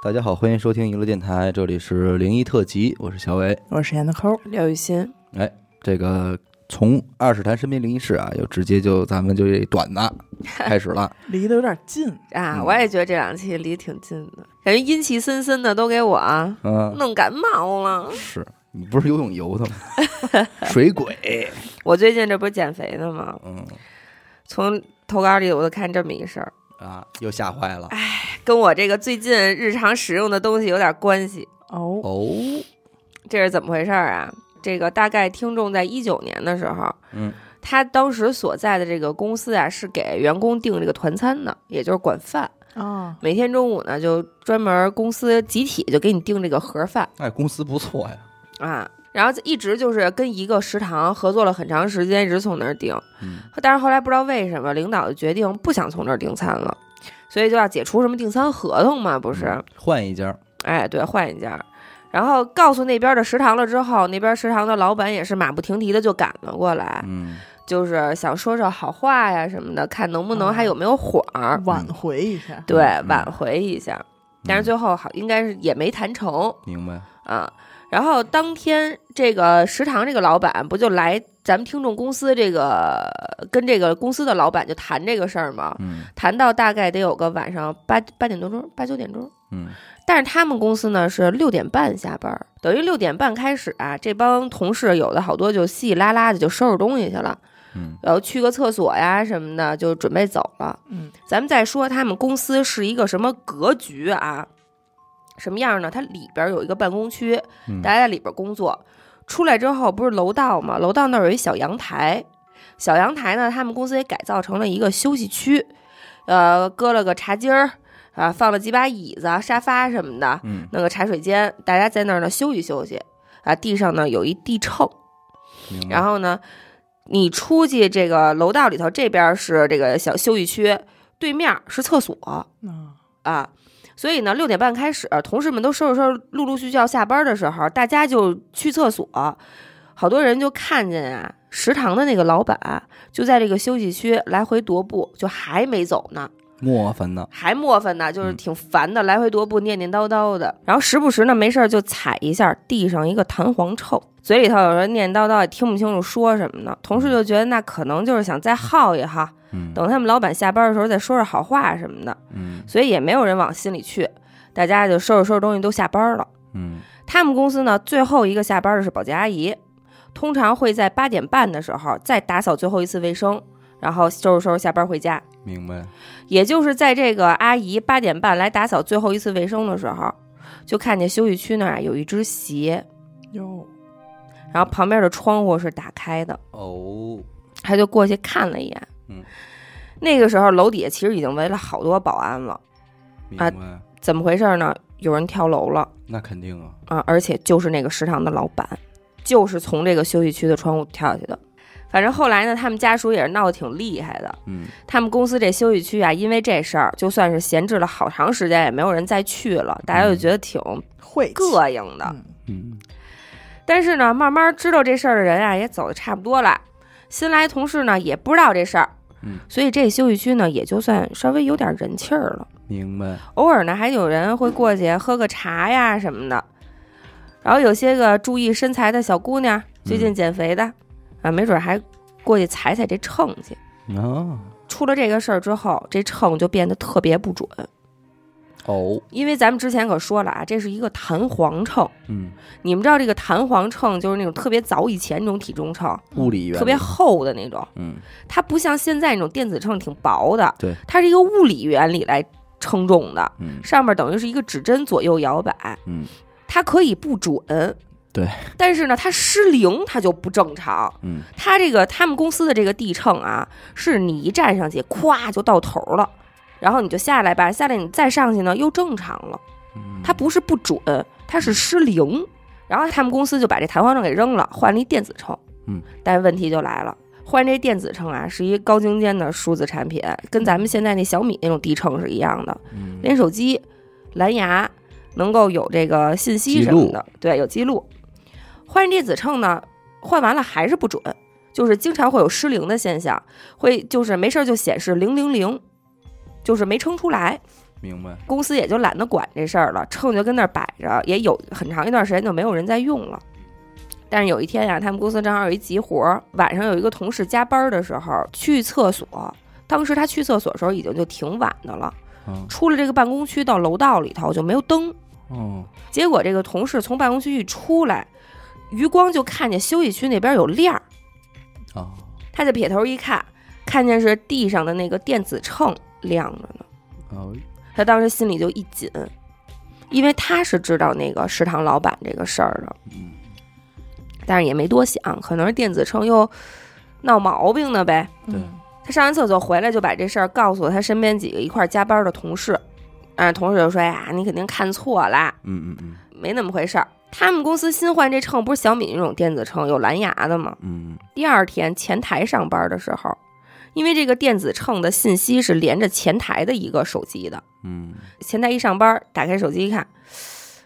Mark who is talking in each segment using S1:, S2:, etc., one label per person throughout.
S1: 大家好，欢迎收听娱乐电台，这里是零一特辑，我是小伟。
S2: 我是闫德抠，
S3: 廖雨欣，
S1: 这个从二十谈身边灵异事啊，又直接就咱们就这短的 开始了。
S2: 离得有点近，
S3: 啊，
S1: 嗯
S3: 我也觉得这两期离挺近的，感觉阴气森森的，都给我啊
S1: 嗯，
S3: 弄感冒了。
S1: 是你不是游泳游的 吗？水鬼，
S3: 我最近这不是减肥呢吗？
S1: 嗯
S3: 从投稿里我就看这么一事儿，
S1: 啊，又吓坏了。
S3: 哎跟我这个最近日常使用的东西有点关系。
S2: 哦，
S1: 哦，
S3: 这是怎么回事儿啊？这个大概听众在一九年的时候，
S1: 嗯，
S3: 他当时所在的这个公司啊，是给员工订这个团餐的，也就是管饭。
S1: 哦
S2: 啊，
S3: 每天中午呢，就专门公司集体就给你订这个盒饭
S1: 哎，公司不错呀。
S3: 啊。然后一直就是跟一个食堂合作了很长时间，一直从那儿订。
S1: 嗯
S3: 但是后来不知道为什么，领导就决定不想从这儿订餐了，所以就要解除什么订餐合同嘛，不是？
S1: 嗯换一家，
S3: 哎，对，换一家。然后告诉那边的食堂了之后，那边食堂的老板也是马不停蹄的就赶了过来，
S1: 嗯，
S3: 就是想说说好话呀什么的，看能不能
S2: 哦
S3: 还有没有谎儿，
S2: 挽回一下，
S3: 对，
S1: 嗯
S3: 挽回一下。但是最后好应该是也没谈成
S1: 嗯明白，
S3: 啊。然后当天这个食堂这个老板不就来咱们听众公司这个跟这个公司的老板就谈这个事儿吗？
S1: 嗯
S3: 谈到大概得有个晚上八八点多钟，八九点钟。
S1: 嗯
S3: 但是他们公司呢是六点半下班儿，等于六点半开始啊，这帮同事有的好多就稀里拉拉的就收拾东西去了，
S1: 嗯
S3: 然后去个厕所呀什么的，就准备走了。
S2: 嗯，
S3: 咱们再说他们公司是一个什么格局啊？什么样呢？它里边有一个办公区，
S1: 嗯
S3: 大家在里边工作。出来之后不是楼道吗？楼道那儿有一小阳台，小阳台呢，他们公司也改造成了一个休息区，呃，搁了个茶几儿啊，放了几把椅子、沙发什么的，
S1: 嗯，
S3: 弄个茶水间，大家在那儿呢休息休息啊。地上呢有一地秤，
S1: 明白。
S3: 然后呢，你出去这个楼道里头，这边是这个小休息区，对面是厕所
S2: 啊
S3: 啊。所以呢，六点半开始，同事们都收拾收拾，陆陆续续要下班的时候，大家就去厕所。好多人就看见啊，食堂的那个老板就在这个休息区来回踱步，就还没走呢，
S1: 磨烦呢，
S3: 还磨烦呢，就是
S1: 嗯
S3: 挺烦的，来回踱步，念念叨叨的。然后时不时呢，没事儿就踩一下地上一个弹簧臭，嘴里头有人念念叨叨，也听不清楚说什么呢。同事就觉得那可能就是想再耗一耗，
S1: 嗯
S3: 等他们老板下班的时候再说说好话什么的，
S1: 嗯
S3: 所以也没有人往心里去。大家就收拾收拾东西都下班了。
S1: 嗯
S3: 他们公司呢，最后一个下班的是保洁阿姨，通常会在八点半的时候再打扫最后一次卫生，然后收拾收拾下班回家。
S1: 明白，
S3: 也就是在这个阿姨八点半来打扫最后一次卫生的时候，就看见休息区那儿啊有一只鞋，
S2: 哟，
S3: 然后旁边的窗户是打开的，
S1: 哦，
S3: 她就过去看了一眼。
S1: 嗯，
S3: 那个时候楼底下其实已经围了好多保安了，
S1: 明
S3: 啊
S1: 白，
S3: 怎么回事呢？有人跳楼了
S1: 那肯定啊，
S3: 啊！而且就是那个食堂的老板，就是从这个休息区的窗户跳下去的。反正后来呢，他们家属也是闹得挺厉害的。
S1: 嗯
S3: 他们公司这休息区啊，因为这事儿，就算是闲置了好长时间，也没有人再去了，大家就觉得挺
S2: 晦气，
S3: 膈应的。
S2: 嗯
S1: 嗯
S3: 但是呢，慢慢知道这事儿的人啊，也走的差不多了。新来同事呢，也不知道这事儿，
S1: 嗯，
S3: 所以这休息区呢，也就算稍微有点人气儿了。
S1: 明白，
S3: 偶尔呢，还有人会过去喝个茶呀什么的。然后有些个注意身材的小姑娘，最近减肥的、啊，没准还过去踩踩这秤去。
S1: 啊，
S3: 出了这个事儿之后，这秤就变得特别不准，
S1: 哦，
S3: 因为咱们之前可说了啊，这是一个弹簧秤。
S1: 嗯，
S3: 你们知道这个弹簧秤就是那种特别早以前那种体重秤，
S1: 物理原理
S3: 特别，厚的那种，
S1: 嗯，
S3: 它不像现在那种电子秤挺薄的，
S1: 对，
S3: 它是一个物理原理来称重的，
S1: 嗯
S3: 上面等于是一个指针左右摇摆，
S1: 嗯
S3: 它可以不准，
S1: 对，
S3: 但是呢，它失灵它就不正常，
S1: 嗯，
S3: 它这个他们公司的这个地秤啊，是你一站上去，咵就到头了。然后你就下来吧，下来你再上去呢又正常了，
S1: 嗯
S3: 它，不是不准，它是失灵。然后他们公司就把这弹簧秤给扔了，换了一电子秤。
S1: 嗯，
S3: 但问题就来了，换这电子秤啊，是一高精尖的数字产品，跟咱们现在那小米那种地秤是一样的，
S1: 嗯
S3: 连手机、蓝牙能够有这个信息什么的，对，有记录。换电子秤呢，换完了还是不准，就是经常会有失灵的现象，会就是没事儿就显示零零零，就是没称出来。
S1: 明白。
S3: 公司也就懒得管这事儿了，秤就跟那儿摆着，也有很长一段时间就没有人在用了。但是有一天呀、他们公司正好有一急活儿，晚上有一个同事加班的时候去厕所，当时他去厕所的时候已经就挺晚的了，
S1: 嗯，
S3: 出了这个办公区到楼道里头就没有灯，
S1: 哦，
S3: 结果这个同事从办公区一出来，余光就看见休息区那边有亮儿，
S1: 啊，
S3: 他就撇头一看，看见是地上的那个电子秤亮着呢。
S1: 哦，
S3: 他当时心里就一紧，因为他是知道那个食堂老板这个事儿的，
S1: 嗯，
S3: 但是也没多想，可能是电子秤又闹毛病呢呗。
S1: 对
S2: 嗯
S3: 他上完厕所回来就把这事儿告诉了他身边几个一块儿加班的同事，啊，同事就说：“哎呀，你肯定看错啦，
S1: 嗯嗯嗯
S3: 没那么回事儿。”他们公司新换这秤不是小米那种电子秤，有蓝牙的吗？
S1: 嗯，
S3: 第二天前台上班的时候，因为这个电子秤的信息是连着前台的一个手机的，
S1: 嗯，
S3: 前台一上班，打开手机一看，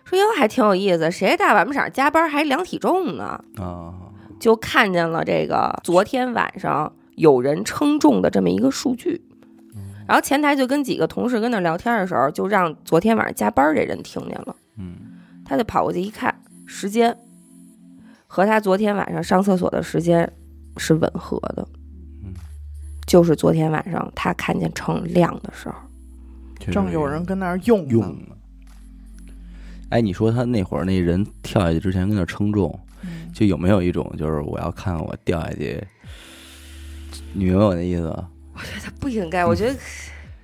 S3: 说哟还挺有意思，谁大晚上加班还量体重呢？
S1: 嗯啊，
S3: 就看见了这个昨天晚上有人称重的这么一个数据。然后前台就跟几个同事跟那聊天的时候，就让昨天晚上加班这人听见了，
S1: 嗯，
S3: 他就跑过去一看，时间和他昨天晚上上厕所的时间是吻合的
S1: 嗯，
S3: 就是昨天晚上他看见称量的时候。
S1: 确实
S2: 正有人跟那儿用呢嗯
S1: 用呢。哎，你说他那会儿那人跳下去之前跟那儿称重，
S2: 嗯
S1: 就有没有一种就是我要看看我掉下去，你明白我那意思吧？
S3: 哎他不应该，我觉得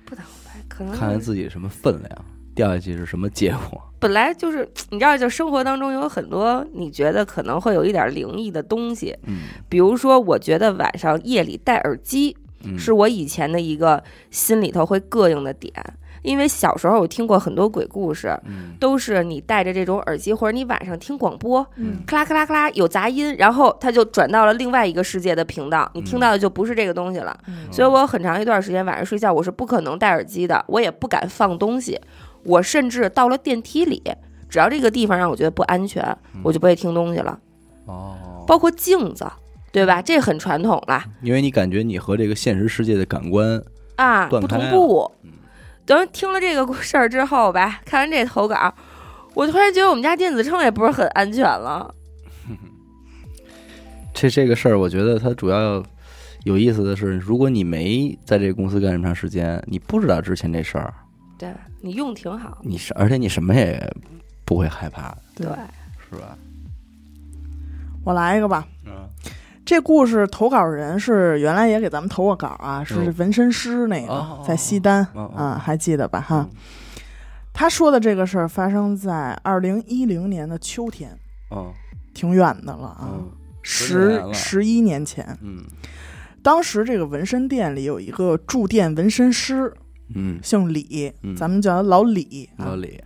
S3: 不能可能
S1: 看看自己什么分量，掉下去是什么结果？
S3: 本来就是你知道，就生活当中有很多你觉得可能会有一点灵异的东西，
S1: 嗯，
S3: 比如说，我觉得晚上夜里戴耳机
S1: 嗯
S3: 是我以前的一个心里头会膈应的点，因为小时候我听过很多鬼故事，
S1: 嗯
S3: 都是你戴着这种耳机，或者你晚上听广播，
S2: 嗯
S3: 咔啦咔啦咔啦有杂音，然后它就转到了另外一个世界的频道，你
S1: 嗯
S3: 听到的就不是这个东西了。
S2: 嗯
S1: 哦
S3: 所以我很长一段时间晚上睡觉我是不可能戴耳机的，我也不敢放东西，我甚至到了电梯里，只要这个地方让我觉得不安全，
S1: 嗯
S3: 我就不会听东西了，
S1: 哦，
S3: 包括镜子，对
S1: 嗯
S3: 吧？这很传统啦
S1: 因为你感觉你和这个现实世界的感官，
S3: 啊，
S1: 断
S3: 不
S1: 开嗯
S3: 同
S1: 了
S3: 步。等听了这个事儿之后吧，看完这投稿，我突然觉得我们家电子秤也不是很安全了。
S1: 这这个事儿，我觉得它主要有意思的是，如果你没在这个公司干这么长时间，你不知道之前这事儿，
S3: 对你用挺好，
S1: 你是而且你什么也不会害怕的，
S3: 对，
S1: 是吧？
S2: 我来一个吧。
S1: 嗯，
S2: 这故事投稿人是原来也给咱们投过稿啊，是
S1: 嗯
S2: 纹身师那个，
S1: 哦
S2: 在西单啊、
S1: 哦哦
S2: 还记得吧哈？
S1: 嗯
S2: 他说的这个事儿发生在二零一零年的秋天，
S1: 哦，
S2: 挺远的了啊，
S1: 嗯10
S2: 十
S1: 年了
S2: 十一年前。
S1: 嗯
S2: 当时这个纹身店里有一个驻店纹身师，
S1: 嗯，
S2: 姓李，
S1: 嗯
S2: 咱们叫他老李啊。
S1: 老李，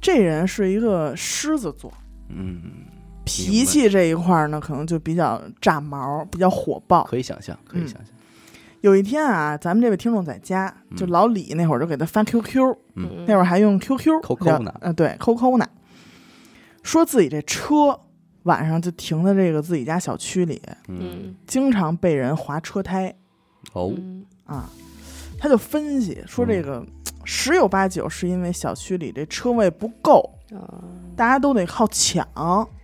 S2: 这人是一个狮子座，
S1: 嗯，
S2: 脾气这一块儿呢，可能就比较炸毛，比较火爆。
S1: 可以想象，可以想象，
S2: 有一天啊，咱们这位听众在家，就
S1: 嗯
S2: 老李那会儿就给他发 QQ，、
S1: 嗯
S2: 那会儿还用 QQ，
S1: QQ
S2: 聊
S1: 呢
S2: 呃，对，QQ 呢，说自己这车晚上就停在这个自己家小区里，
S1: 嗯，
S2: 经常被人划车胎
S1: 哦，
S3: 嗯
S2: 啊。他就分析说，这个十有八九是因为小区里这车位不够，
S3: 嗯
S2: 大家都得靠抢。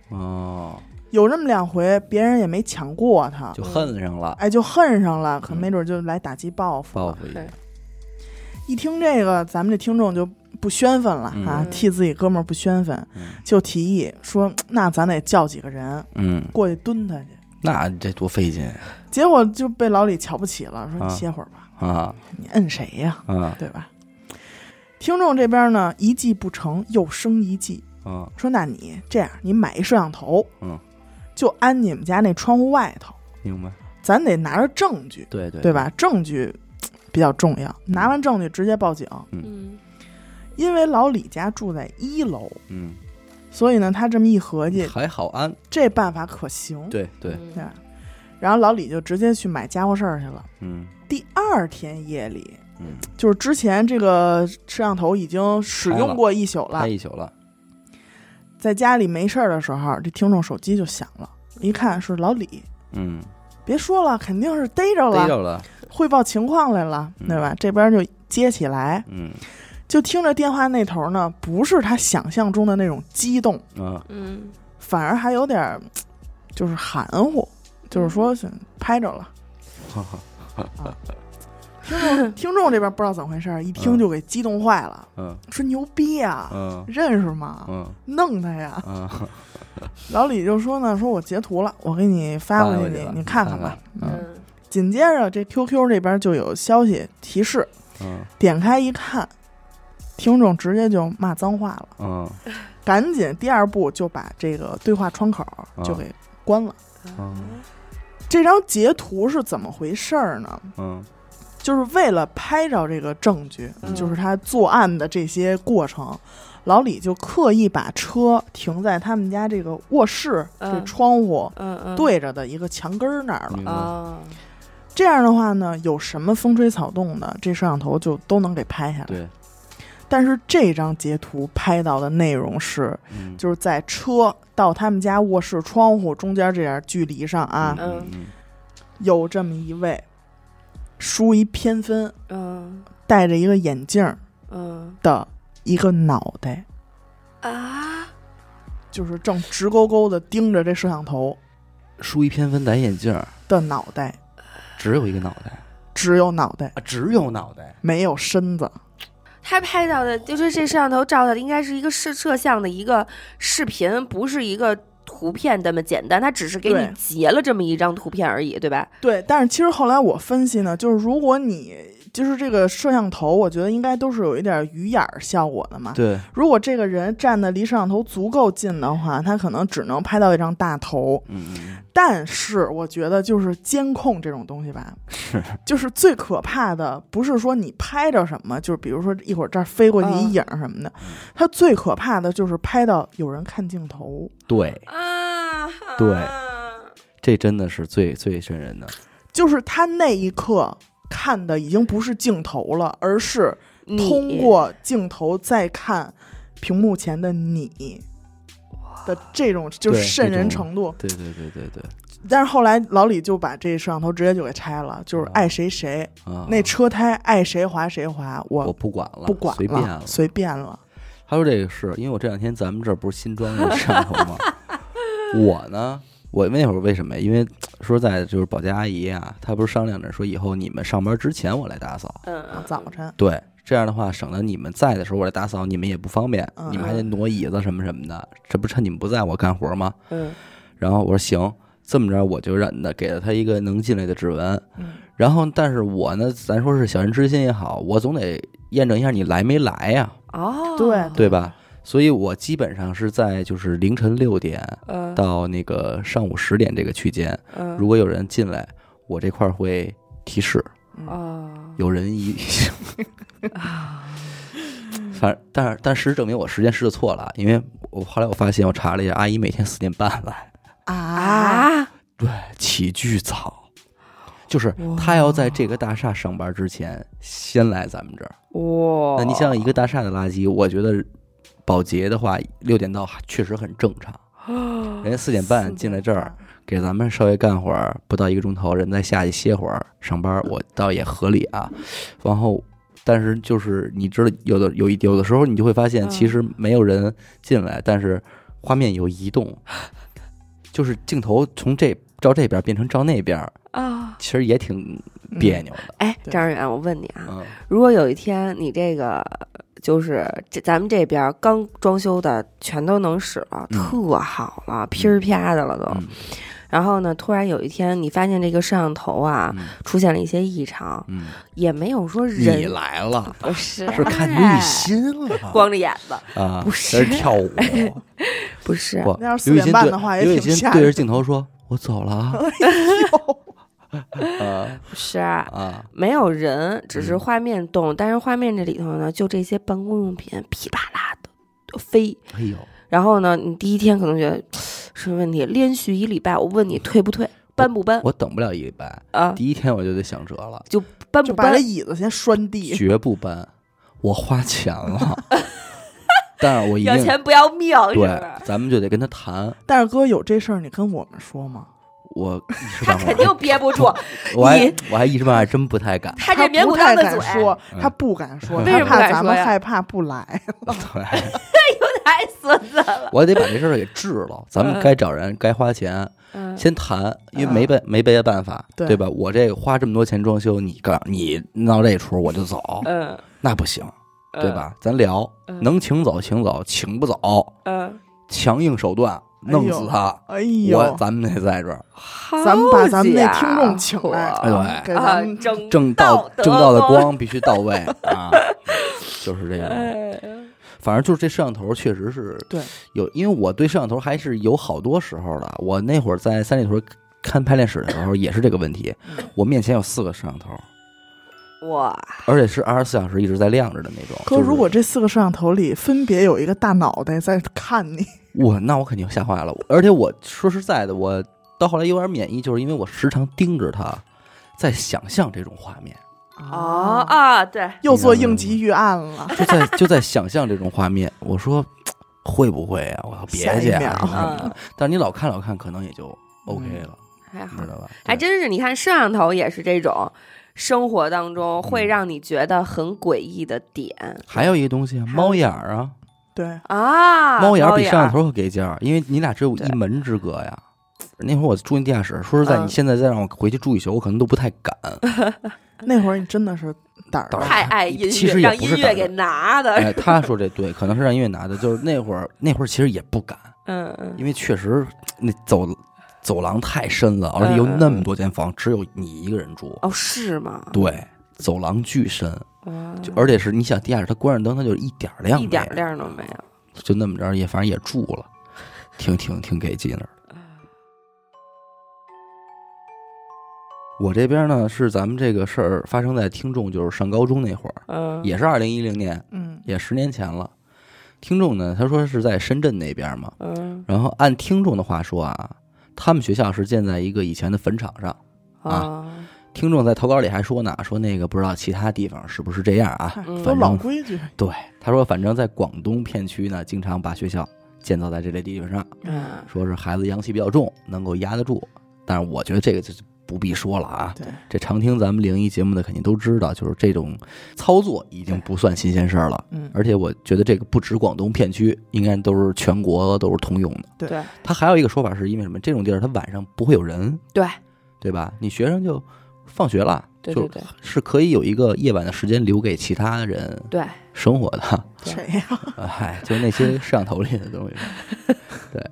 S1: 哦，
S2: 有这么两回，别人也没抢过他，
S1: 就恨上了，
S2: 哎，就恨上了，可
S1: 嗯
S2: 没准就来打击报复了。
S1: 报复一下，
S2: 一听这个，咱们这听众就不宣愤了、啊
S3: 嗯，
S2: 替自己哥们儿不宣愤，
S1: 嗯
S2: 就提议说，那咱得叫几个人
S1: 嗯，
S2: 过去蹲他去。
S1: 那这多费劲
S2: 结果就被老李瞧不起了，说
S1: 啊
S2: 你歇会儿吧，
S1: 啊
S2: 你摁谁呀、
S1: 啊
S2: 对吧？听众这边呢，一计不成又生一计，
S1: 啊，
S2: 说那你这样，你买一摄像头，
S1: 嗯，
S2: 就安你们家那窗户外头，
S1: 明白，
S2: 咱得拿着证据，
S1: 对对
S2: 对？吧？证据嘖比较重要，拿完证据直接报警。
S3: 嗯
S2: 因为老李家住在一楼，
S1: 嗯，
S2: 所以呢，他这么一 合计，
S1: 还好安，
S2: 这办法可行。
S1: 对对，
S3: 嗯
S2: 对吧，然后老李就直接去买家伙事儿去了。
S1: 嗯
S2: 第二天夜里，
S1: 嗯，
S2: 就是之前这个摄像头已经使用过一宿了
S1: 拍，一宿了，
S2: 在家里没事儿的时候，这听众手机就响了，一看是老李，
S1: 嗯，
S2: 别说了，肯定是逮着
S1: 逮
S2: 了，
S1: 着了，
S2: 汇报情况来了，
S1: 嗯
S2: 对吧？这边就接起来，
S1: 嗯
S2: 就听着电话那头呢，不是他想象中的那种激动，
S1: 啊，
S3: 嗯，
S2: 反而还有点儿就是含糊，就是说是拍 着了。啊
S1: 哈哈
S2: 听众听众这边不知道怎么回事儿，一听就给激动坏了，
S1: 嗯
S2: 说牛逼啊，
S1: 嗯
S2: 认识吗？
S1: 嗯
S2: 弄他呀！
S1: 嗯，
S2: 老李就说呢，说我截图了，我给你发过去，
S1: 发过去
S2: 你
S1: 吧
S2: 你看看吧。
S1: 看
S2: 嗯，
S3: 嗯
S2: 紧接着这 QQ 这边就有消息提示，
S1: 嗯
S2: 点开一看，听众直接就骂脏话了，
S1: 嗯
S2: 赶紧第二步就把这个对话窗口就给关了。
S1: 嗯
S2: 这张截图是怎么回事儿呢？
S1: 嗯
S2: 就是为了拍着这个证据，
S3: 嗯
S2: 就是他作案的这些过程，老李就刻意把车停在他们家这个卧室、
S3: 嗯
S2: 这窗户
S3: 嗯嗯，
S2: 对着的一个墙根儿那儿了。
S1: 明白
S3: 啊，
S2: 这样的话呢，有什么风吹草动的，这摄像头就都能给拍下来。
S1: 对，
S2: 但是这张截图拍到的内容是，
S1: 嗯
S2: 就是在车到他们家卧室窗户中间这点距离上啊，
S1: 嗯嗯
S2: 有这么一位梳一偏分、
S3: 嗯
S2: 戴着一个眼镜儿
S3: 嗯
S2: 的一个脑袋，
S3: 啊，
S2: 就是正直勾勾的盯着这摄像头
S1: 梳一偏分戴眼镜儿，
S2: 的脑袋，
S1: 只有一个脑袋
S2: 只有脑袋
S1: 啊，只有脑袋，
S2: 没有身子。
S3: 他拍到的就是这摄像头照的应该是一个摄摄像的一个视频，不是一个图片那么简单，他只是给
S2: 对
S3: 你截了这么一张图片而已，对吧？
S2: 对，但是其实后来我分析呢，就是如果你就是这个摄像头，我觉得应该都是有一点鱼眼儿效果的嘛。
S1: 对，
S2: 如果这个人站的离摄像头足够近的话，他可能只能拍到一张大头。
S1: 嗯嗯
S2: 但是我觉得，就是监控这种东西吧，
S1: 是，
S2: 就是最可怕的，不是说你拍着什么，就是比如说一会儿这儿飞过去一影儿什么的，它最可怕的就是拍到有人看镜头。
S1: 对，
S3: 啊，
S1: 对
S3: 啊
S1: 这真的是最最瘆人的，
S2: 就是他那一刻看的已经不是镜头了，而是
S3: 你
S2: 通过镜头再看屏幕前的你的这种就是
S1: 对
S2: 瘆
S1: 这
S2: 人
S1: 种
S2: 程度。
S1: 对对对对对
S2: 但是后来老李就把这摄像头直接就给拆了，
S1: 哦
S2: 就是爱谁谁，
S1: 啊，
S2: 那车胎爱谁划谁划，
S1: 我
S2: 我
S1: 不管了，
S2: 不管
S1: 随便了
S2: 了，。随便了。
S1: 他说这个是因为我这两天咱们这儿不是新装了摄像头吗？我呢，我那会儿为什么呀？因为说实在的，就是保洁阿姨啊，她不是商量着说以后你们上班之前我来打扫，
S3: 嗯嗯
S2: 早晨，
S1: 对，这样的话省得你们在的时候我来打扫，你们也不方便，
S2: 嗯
S1: 你们还得挪椅子什么什么的，这不趁你们不在我干活吗？
S3: 嗯
S1: 然后我说行，这么着我就让那给了他一个能进来的指纹，
S2: 嗯
S1: 然后但是我呢，咱说是小人之心也好，我总得验证一下你来没来呀、
S3: 哦，
S2: 对
S1: 对吧？所以我基本上是在就是凌晨六点
S3: 嗯
S1: 到那个上午十点这个区间，
S3: 嗯，
S1: 如果有人进来，我这块儿会提示
S3: 哦
S1: 有人已。
S3: 啊，
S1: 反正，但是，但事实证明我时间试错了，啊因为我后来我发现，我查了一下，阿姨每天四点半来，
S2: 啊，
S3: 啊，
S1: 对，起巨早，就是她要在这个大厦上班之前先来咱们这儿。
S3: 哇，
S1: 那你想想，一个大厦的垃圾，我觉得保洁的话，六点到确实很正常，
S3: 哦
S1: 人家四点半进来这儿，给咱们稍微干会儿，不到一个钟头，人再下去歇会儿上班，我倒也合理啊。然后，但是就是你知道，有的有一有的时候你就会发现，
S3: 嗯
S1: 其实没有人进来，但是画面有移 动，就是镜头从这照这边变成照那边，
S3: 啊！
S1: 其实也挺
S2: 嗯
S1: 别扭的。
S3: 哎，
S2: 对
S3: 张远，我问你啊，
S1: 嗯
S3: 如果有一天你这个就是这咱们这边刚装修的全都能使了，
S1: 嗯
S3: 特好了，噼儿啪的了都。
S1: 嗯
S3: 然后呢，突然有一天你发现这个摄像头啊、
S1: 嗯
S3: 出现了一些异常，
S1: 嗯，
S3: 也没有说
S1: 你
S3: 人
S1: 来了，
S3: 不是
S1: 是看你雨欣了吧
S3: 光着眼子，
S1: 啊，
S3: 不
S1: 在这
S3: 是
S1: 跳舞。
S3: 不是
S1: 不，
S2: 那要是
S1: 刘雨
S2: 4
S1: 欣
S2: 点半
S1: 对
S2: 的话也
S1: 刘雨
S2: 挺
S1: 欣
S2: 吓
S1: 对着
S2: 人哎
S1: 镜头说：“我走了 啊。 啊
S3: 不 是。
S1: 啊
S3: 没有人，只是
S1: 嗯
S3: 画面动，但是画面这里头呢，就这些办公用品噼啪啦的飞，！”
S1: 哎呦，
S3: 然后呢，你第一天可能觉得什么问题，连续一礼拜，我问你退不退，搬不搬
S1: 我等不了一礼拜，
S3: 啊？
S1: 第一天我就得想辙 了，
S3: 就搬
S2: 就
S3: 不
S2: 把这
S3: 搬？
S2: 椅子先拴地。
S1: 绝不搬，我花钱 了，但是我一
S3: 要
S1: 定
S3: 他
S1: 半会
S3: 肯
S1: 儿，
S3: 定憋不住，
S1: 我还
S3: 你
S1: 我还一时半会儿真不太敢。
S3: 他
S2: 他
S3: 这棉
S2: 不
S3: 裤裆
S2: 太
S3: 的
S2: 敢
S3: 嘴，
S2: 说，
S1: 嗯
S2: 他不敢说，
S1: 为
S2: 他
S3: 什么不
S2: 怕
S3: 敢
S2: 咱
S3: 说
S2: 们
S3: 呀
S2: 害怕不来。
S1: 对，
S3: 太孙子了。
S1: 我得把这事儿给治了。咱
S2: 嗯
S1: 们该找人，该花钱，
S3: 嗯，
S1: 先谈，因为没办没别的办法，
S2: 对
S1: 对吧？我这花这么多钱装修，你干你闹这出我就走，
S3: 嗯，
S1: 那不行，
S3: 嗯
S1: 对？吧？咱聊，
S3: 嗯
S1: 能请走请走，请不走，
S3: 嗯，
S1: 强硬手段弄死他。
S2: 哎
S1: 我
S2: 呦，
S1: 咱们得在这儿，
S2: 咱们把咱们那
S3: 好
S2: 听众请
S3: 家伙
S2: 来
S1: 哎对
S2: 给
S3: 啊
S2: 咱们，
S3: 正
S1: 正道
S3: 德
S1: 正道的光必须到位啊，就是这种。
S3: 哎
S1: 反正就是这摄像头确实是
S2: 对
S1: 有，因为我对摄像头还是有好多时候的。我那会儿在三里屯看排练室的时候也是这个问题，我面前有四个摄像头，
S3: 哇，
S1: 而且是二十四小时一直在亮着的那种。
S2: 哥，
S1: 就是
S2: 如果这四个摄像头里分别有一个大脑袋在看你，
S1: 我那我肯定吓坏了，而且我说实在的，我到后来有点免疫，就是因为我时常盯着它，在想象这种画面，
S3: 哦，啊，对，
S2: 又做应急预案了。
S1: 就在就在想象这种画面。我说会不会啊？我操，别
S2: 下一
S1: 介
S2: 秒嗯
S1: 啊！
S3: 嗯，
S1: 但是你老看老看，可能也就 OK 了，
S3: 还好
S1: 知，道吧？
S3: 还
S1: 对
S3: 真是。你看摄像头也是这种生活当中会让你觉得很诡异的点
S1: 嗯还有一个东西啊，猫眼儿啊，
S2: 对，
S3: 啊，
S1: 猫眼儿
S3: 眼
S1: 比摄像
S3: 儿
S1: 头可给劲儿，因为你俩只有
S3: 对
S1: 一门之隔呀。那会儿我住那地下室，说实在，
S3: 嗯
S1: 你现在再让我回去住一宿，我可能都不太 敢。
S2: 那会儿你真的是胆儿
S1: 胆儿
S2: 大
S3: 太爱音
S1: 其
S3: 乐，
S1: 实也
S3: 让
S1: 不是
S3: 音乐
S1: 胆
S3: 给拿的，
S1: 哎，他说这对，可能是让音乐拿的，就是那会儿那会儿其实也不敢，
S3: 嗯嗯
S1: 因为确实那走走廊太深了，而且有那么多间房，只有你一个人住，
S3: 嗯哦，是吗？
S1: 对，走廊巨深，
S3: 哇，
S1: 就而且是你想地下室，它关上灯，它就是一点儿亮
S3: 一
S1: 没
S3: 点
S1: 有
S3: 亮都没有。
S1: 就那么着也反正也住了，挺挺挺给劲的。我这边呢是咱们这个事儿发生在听众就是上高中那会儿，
S3: 嗯，
S1: 也是二零一零年，
S2: 嗯，
S1: 也十年前了。听众呢，他说是在深圳那边嘛，
S3: 嗯
S1: 然后按听众的话说啊，他们学校是建在一个以前的坟场上。
S3: 啊，
S1: 听众在投稿里还说呢，说那个不知道其他地方是不是这样啊？
S2: 嗨
S3: 嗯
S2: 都
S1: 反
S2: 老
S1: 正
S2: 规矩。
S1: 对，他说反正在广东片区呢，经常把学校建造在这类地方上，
S3: 嗯
S1: 说是孩子阳气比较重，能够压得住。但是我觉得这个就不必说了啊，
S2: 对，
S1: 这常听咱们灵异节目的肯定都知道，就是这种操作已经不算新鲜事儿了。
S2: 嗯，
S1: 而且我觉得这个不止广东片区，应该都是全国都是通用的。
S2: 对
S3: 对
S1: 他还有一个说法是因为什么？这种地儿它晚上不会有人，
S3: 对
S1: 对吧？你学生就放学了，
S3: 对对对
S1: 就是可以有一个夜晚的时间留给其他人
S3: 对，
S1: 生活的。
S3: 对
S2: 谁呀？
S1: 哎，就那些摄像头里的东西。对。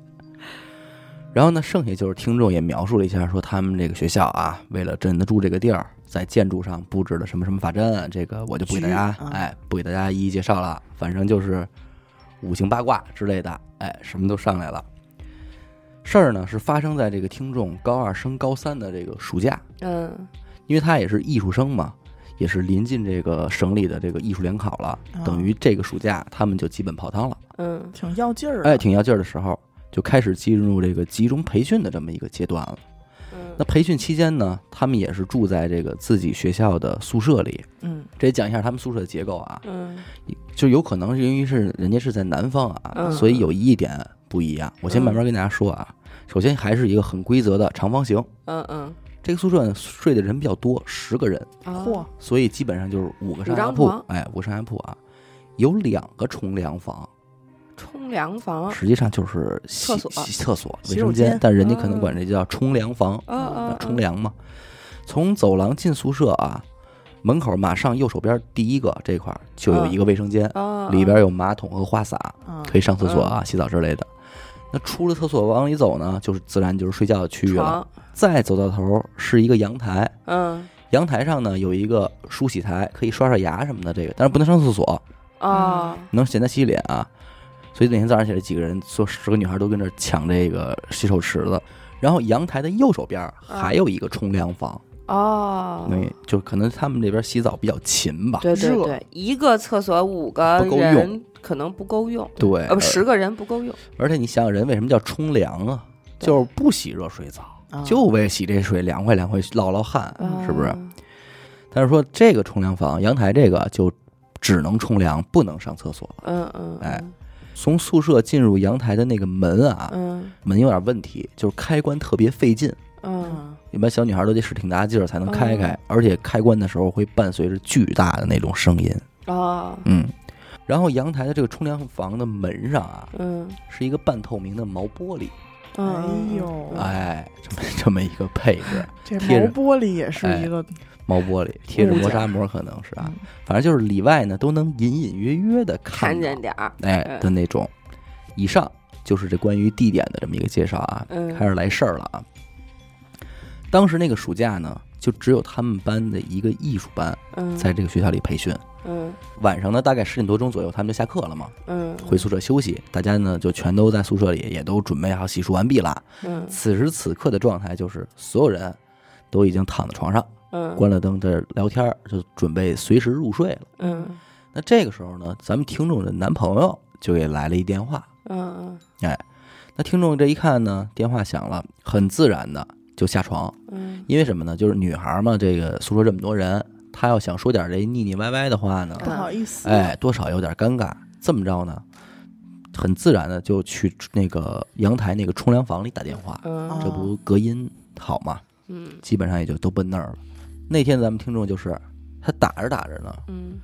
S1: 然后呢，剩下就是听众也描述了一下，说他们这个学校啊，为了镇得住这个地儿，在建筑上布置了什么什么法阵，这个我就不给大家
S2: 局啊
S1: 哎，不给大家一一介绍了，反正就是五行八卦之类的，哎，什么都上来了。事儿呢是发生在这个听众高二升高三的这个暑假，
S3: 嗯
S1: 因为他也是艺术生嘛，也是临近这个省里的这个艺术联考了，
S3: 哦
S2: 啊
S1: 等于这个暑假他们就基本泡汤了。
S3: 嗯
S2: 挺要劲儿的。
S1: 哎，挺要劲儿的时候，就开始进入这个集中培训的这么一个阶段了。
S3: 嗯
S1: 那培训期间呢，他们也是住在这个自己学校的宿舍里。
S2: 嗯，
S1: 这讲一下他们宿舍的结构啊，
S3: 嗯
S1: 就有可能是因为是人家是在南方啊，
S3: 嗯
S1: 所以有一点不一样。我先慢慢跟大家说啊，首先还是一个很规则的长方形。
S3: 嗯嗯，
S1: 这个宿舍呢，睡的人比较多，十个人，
S3: 啊
S2: 嚯，
S1: 所以基本上就是五个上
S3: 五
S1: 下
S3: 张
S1: 铺
S3: 床，
S1: 哎，五个上下铺啊，有两个冲凉房，
S3: 冲凉房，
S1: 实际上就是洗
S3: 啊厕所
S1: 洗厕所、
S2: 洗
S1: 卫
S2: 手
S1: 生间
S2: 间，
S1: 但人家可能
S3: 嗯
S1: 管这叫冲凉房，
S3: 啊啊，
S1: 冲凉嘛。从走廊进宿舍啊，门口马上右手边第一个这块儿就有一个卫生间，
S3: 啊，
S1: 里边有马桶和花洒，
S3: 嗯
S2: 啊，
S1: 可以上厕所啊、洗澡之类的。那出了厕所往里走呢，就是自然就是睡觉的区域了。
S3: 床，
S1: 再走到头儿是一个阳台，
S3: 嗯
S1: 阳台上呢有一个梳洗台，可以刷刷牙什么的。这个，但是不能上厕所，
S3: 啊，
S1: 能简单洗洗脸啊。所以那天早上起来，几个人说十个女孩都跟这儿抢这个洗手池子。然后阳台的右手边儿还有一个冲凉房，
S3: 哦，
S1: 那、就可能他们这边洗澡比较勤吧。
S3: 对对
S2: 热
S3: 对，一个厕所五个
S1: 不够哎
S3: 人可能不够用，
S1: 对，
S3: 呃，不
S1: 而
S3: 十个人不够用，
S1: 而且你想想，人为什么叫冲凉啊？
S3: 对
S1: 就是不洗热水澡，
S2: 啊
S1: 就为洗这水凉快凉快，捞捞汗。
S2: 嗯
S1: 是不是
S3: 啊？
S1: 但是说这个冲凉房阳台这个就只能冲凉，不能上厕所了。
S3: 嗯嗯，
S1: 哎从宿舍进入阳台的那个门啊，
S3: 嗯
S1: 门有点问题，就是开关特别费劲。
S3: 嗯，
S1: 一般小女孩都得使挺大劲儿才能开开
S3: 哦，
S1: 而且开关的时候会伴随着巨大的那种声音。
S3: 哦，
S1: 嗯，然后阳台的这个冲凉房的门上啊，
S3: 嗯，
S1: 是一个半透明的毛玻璃，
S3: 嗯
S2: 哎呦，
S1: 哎，这么这么一个配置，
S2: 这毛
S1: 贴着
S2: 玻璃也是一个
S1: 毛玻璃贴着
S2: 物件
S1: 磨砂膜可能是啊
S2: 嗯，
S1: 反正就是里外呢都能隐隐约约的看
S3: 看
S1: 见
S3: 见嗯点儿，
S1: 哎的那种。以上就是这关于地点的这么一个介绍啊，
S3: 嗯
S1: 开始来事儿了啊。当时那个暑假呢，就只有他们班的一个艺术班
S3: 嗯，
S1: 在这个学校里培训。
S3: 嗯
S1: 晚上呢，大概十点多钟左右，他们就下课了嘛，
S3: 嗯
S1: 回宿舍休息。大家呢就全都在宿舍里，也都准备好洗漱完毕了。
S3: 嗯
S1: 此时此刻的状态就是，所有人都已经躺在床上，
S3: 嗯
S1: 关了灯，在这儿聊天儿，就准备随时入睡了。
S3: 嗯
S1: 那这个时候呢，咱们听众的男朋友就给来了一电话。
S3: 嗯
S1: 那听众这一看呢，电话响了，很自然的就下床，
S3: 嗯
S1: 因为什么呢？就是女孩嘛，这个宿舍这么多人，她要想说点这腻腻歪歪的话呢，
S2: 不好意思，
S1: 哎，多少有点尴尬。这么着呢，很自然的就去那个阳台那个冲凉房里打电话，
S3: 嗯
S1: 这不隔音好嘛，
S3: 嗯
S1: 基本上也就都奔那儿了。那天咱们听众就是他打着打着呢，
S3: 嗯，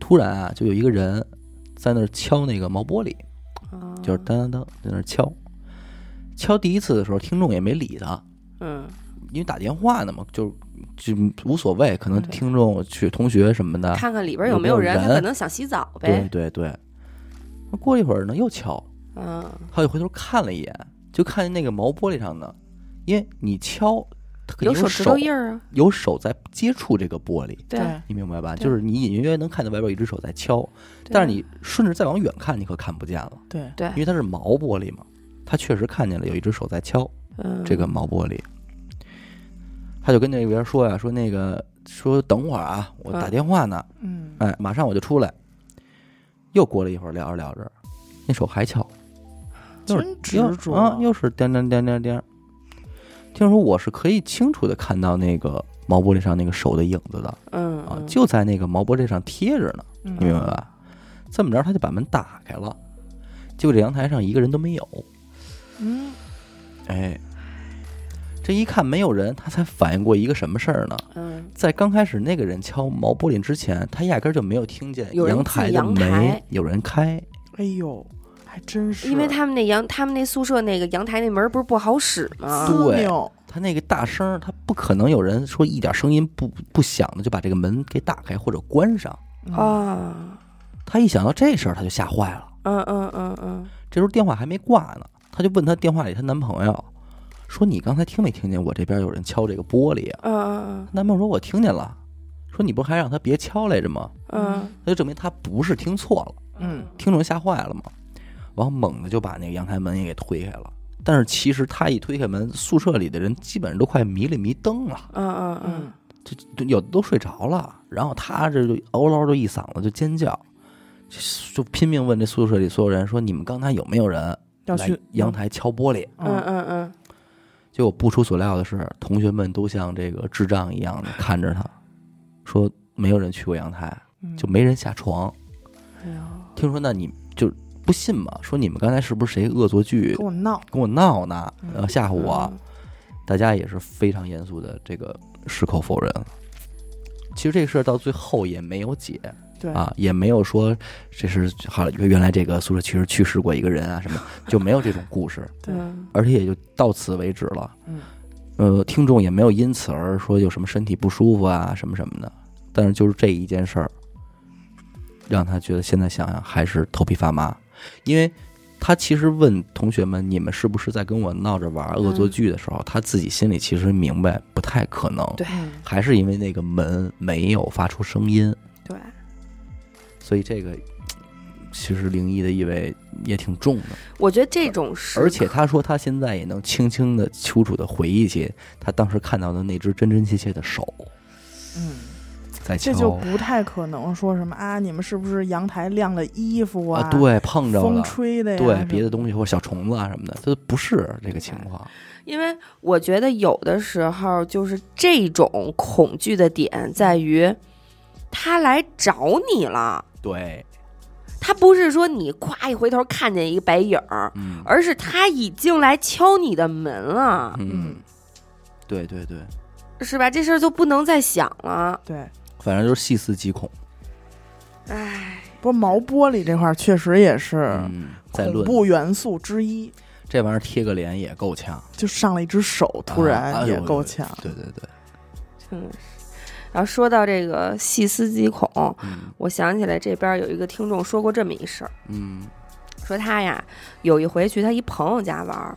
S1: 突然啊，就有一个人在那儿敲那个毛玻璃，
S3: 嗯
S1: 就是
S3: 哦
S1: 当当当在那儿敲。敲第一次的时候，听众也没理他，
S3: 嗯
S1: 因为打电话呢嘛，就就无所谓，可能听众去同学什么的，
S3: 看看里边有没有人，他可能想洗澡
S1: 对
S3: 呗，
S1: 对对。那过一会儿呢，又敲，
S3: 嗯
S1: 他就回头看了一眼，就看见那个毛玻璃上呢，因为你敲，他肯定
S3: 有
S1: 手
S3: 指头印儿啊，
S1: 有手在接触这个玻璃，
S3: 对啊
S1: 你明白吧？
S3: 对
S1: 就是你隐隐约约能看见外边有一只手在敲，
S3: 对
S1: 但是你顺着再往远看，你可看不见了，
S2: 对，
S3: 对
S1: 因为它是毛玻璃嘛。他确实看见了有一只手在敲
S3: 嗯
S1: 这个毛玻璃，他就跟那边说呀、说那个说等会儿啊，我打
S3: 嗯
S1: 电话呢，
S2: 嗯，
S1: 哎，马上我就出来。又过了一会儿，聊着聊着，那手还敲，又是
S2: 真
S1: 又
S2: 执着
S1: 啊，又是颠颠颠颠颠。听说我是可以清楚的看到那个毛玻璃上那个手的影子的
S3: 嗯
S1: 啊，就在那个毛玻璃上贴着呢，
S2: 嗯
S1: 你明白吧？这么着，他就把门打开了，结果这阳台上一个人都没有。
S2: 嗯，
S1: 哎，这一看没有人，他才反应过一个什么事儿呢？
S3: 嗯
S1: 在刚开始那个人敲毛玻璃之前，他压根儿就没有听见
S3: 有人
S1: 阳
S3: 进
S1: 台的
S3: 阳
S1: 门
S3: 台
S1: 有人开，
S2: 哎呦，还真是，
S3: 因为他们那阳，他们那宿舍那个阳台那门不是不好使吗？
S2: 啊私
S1: 对
S2: 密哦
S1: 他那个大声儿，他不可能有人说一点声音不不响的就把这个门给打开或者关上。
S2: 嗯
S3: 啊，
S1: 他一想到这事儿，他就吓坏了。
S3: 嗯嗯嗯嗯
S1: 这时候电话还没挂呢，他就问他电话里她男朋友，说你刚才听没听见我这边有人敲这个玻璃啊？
S3: 嗯
S1: 男朋友说我听见了，说你不是还让他别敲来着吗？
S3: 嗯
S1: 那就证明他不是听错了，
S2: 嗯
S1: 听众吓坏了嘛。然后猛地就把那个阳台门也给推开了。但是其实他一推开门，宿舍里的人基本上都快迷了迷瞪了。
S3: 嗯嗯嗯
S2: 嗯，
S1: 就有的都睡着了，然后他这就嗷嗷就一嗓子就尖叫，就就拼命问这宿舍里所有人说：“你们刚才有没有人
S2: 要
S1: 来
S2: 去
S1: 阳，台敲玻璃
S3: 嗯
S2: 嗯
S3: 嗯嗯，？”
S1: 结果不出所料的是，同学们都像这个智障一样 的看着他，说没有人去过阳台，
S2: 嗯
S1: 就没人下床。
S3: 哎呦，
S1: 听说那你就不信嘛？说你们刚才是不是谁恶作剧
S2: 跟我闹，
S1: 跟我闹呢？
S2: 嗯
S1: 呃，吓唬我？大家也是非常严肃的这个矢口否认。其实这个事儿到最后也没有解，
S2: 对
S1: 啊，也没有说这是好了，原来这个宿舍其实去世过一个人啊什么，就没有这种故事，
S2: 对
S3: 嗯
S1: 而且也就到此为止了。
S2: 嗯，
S1: 呃，听众也没有因此而说有什么身体不舒服啊什么什么的，但是就是这一件事儿，让他觉得现在想想还是头皮发麻，因为。他其实问同学们：“你们是不是在跟我闹着玩儿恶作剧的时候？”他自己心里其实明白不太可能，
S3: 对
S2: 嗯
S1: 还是因为那个门没有发出声音，
S3: 对，
S1: 所以这个其实灵异的意味也挺重的。
S3: 我觉得这种事，
S1: 而且他说他现在也能清清的、楚楚的回忆起他当时看到的那只真真切切的手
S2: 嗯，
S1: 在
S2: 这就
S1: 敲啊
S2: 不太可能说什么啊，你们是不是阳台晾了衣服
S1: 啊，对，碰着
S2: 风
S1: 了。
S2: 吹啊的呀，
S1: 对别的东西或者小虫子啊什么的，它不是这个情况。
S2: 哎
S3: 因为我觉得有的时候就是这种恐惧的点在于，他来找你了，
S1: 对，
S3: 他不是说你咵一回头看见一个白影儿，
S2: 啊
S1: 嗯
S3: 而是他已经来敲你的门了。
S1: 嗯，对对对，
S3: 是吧？这事儿就不能再想了。
S2: 对，
S1: 反正就是细思极恐。
S3: 唉，
S2: 不过毛玻璃这块儿确实也是
S1: 嗯，再
S2: 恐
S1: 论
S2: 怖元素之一，
S1: 这玩意儿贴个脸也够呛，
S2: 就上了一只手，突
S1: 啊
S2: 然
S1: 哎呦
S2: 也够呛。
S1: 对对对，
S3: 真的是。然后说到这个细思极恐，
S1: 嗯
S3: 我想起来这边有一个听众说过这么一事儿，
S1: 嗯
S3: 说他呀有一回去他一朋友家玩儿，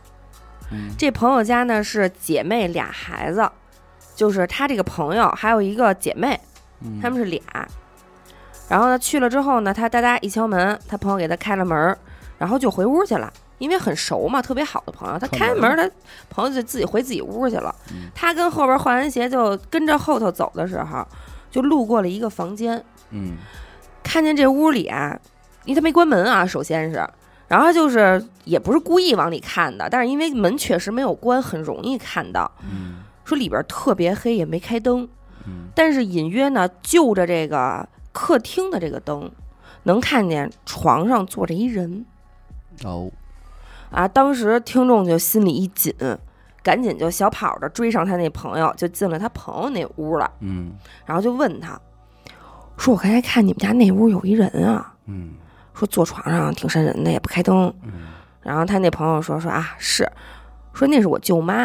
S1: 嗯
S3: 这朋友家呢是姐妹俩孩子，就是他这个朋友还有一个姐妹，
S1: 嗯，
S3: 他们是俩。然后呢，去了之后呢，他哒哒一敲门，他朋友给他开了门儿，然后就回屋去了，因为很熟嘛，特别好的朋友。他
S1: 串
S3: 开
S1: 门
S3: 门儿，他朋友就自己回自己屋去了。
S1: 嗯
S3: 他跟后边换完鞋就跟着后头走的时候，就路过了一个房间，
S1: 嗯
S3: 看见这屋里啊，因为他没关门啊，首先是，然后就是也不是故意往里看的，但是因为门确实没有关，很容易看到。
S1: 嗯
S3: 说里边特别黑，也没开灯，
S1: 嗯
S3: 但是隐约呢，就着这个客厅的这个灯，能看见床上坐着一人
S1: 哦，
S3: 啊。当时听众就心里一紧，赶紧就小跑着追上他那朋友，就进了他朋友那屋了，
S1: 嗯
S3: 然后就问他，说我刚才看你们家那屋有一人啊，
S1: 嗯
S3: 说坐床上挺瘆人的，也不开灯。
S1: 嗯，
S3: 然后他那朋友说说啊是，说那是我舅妈，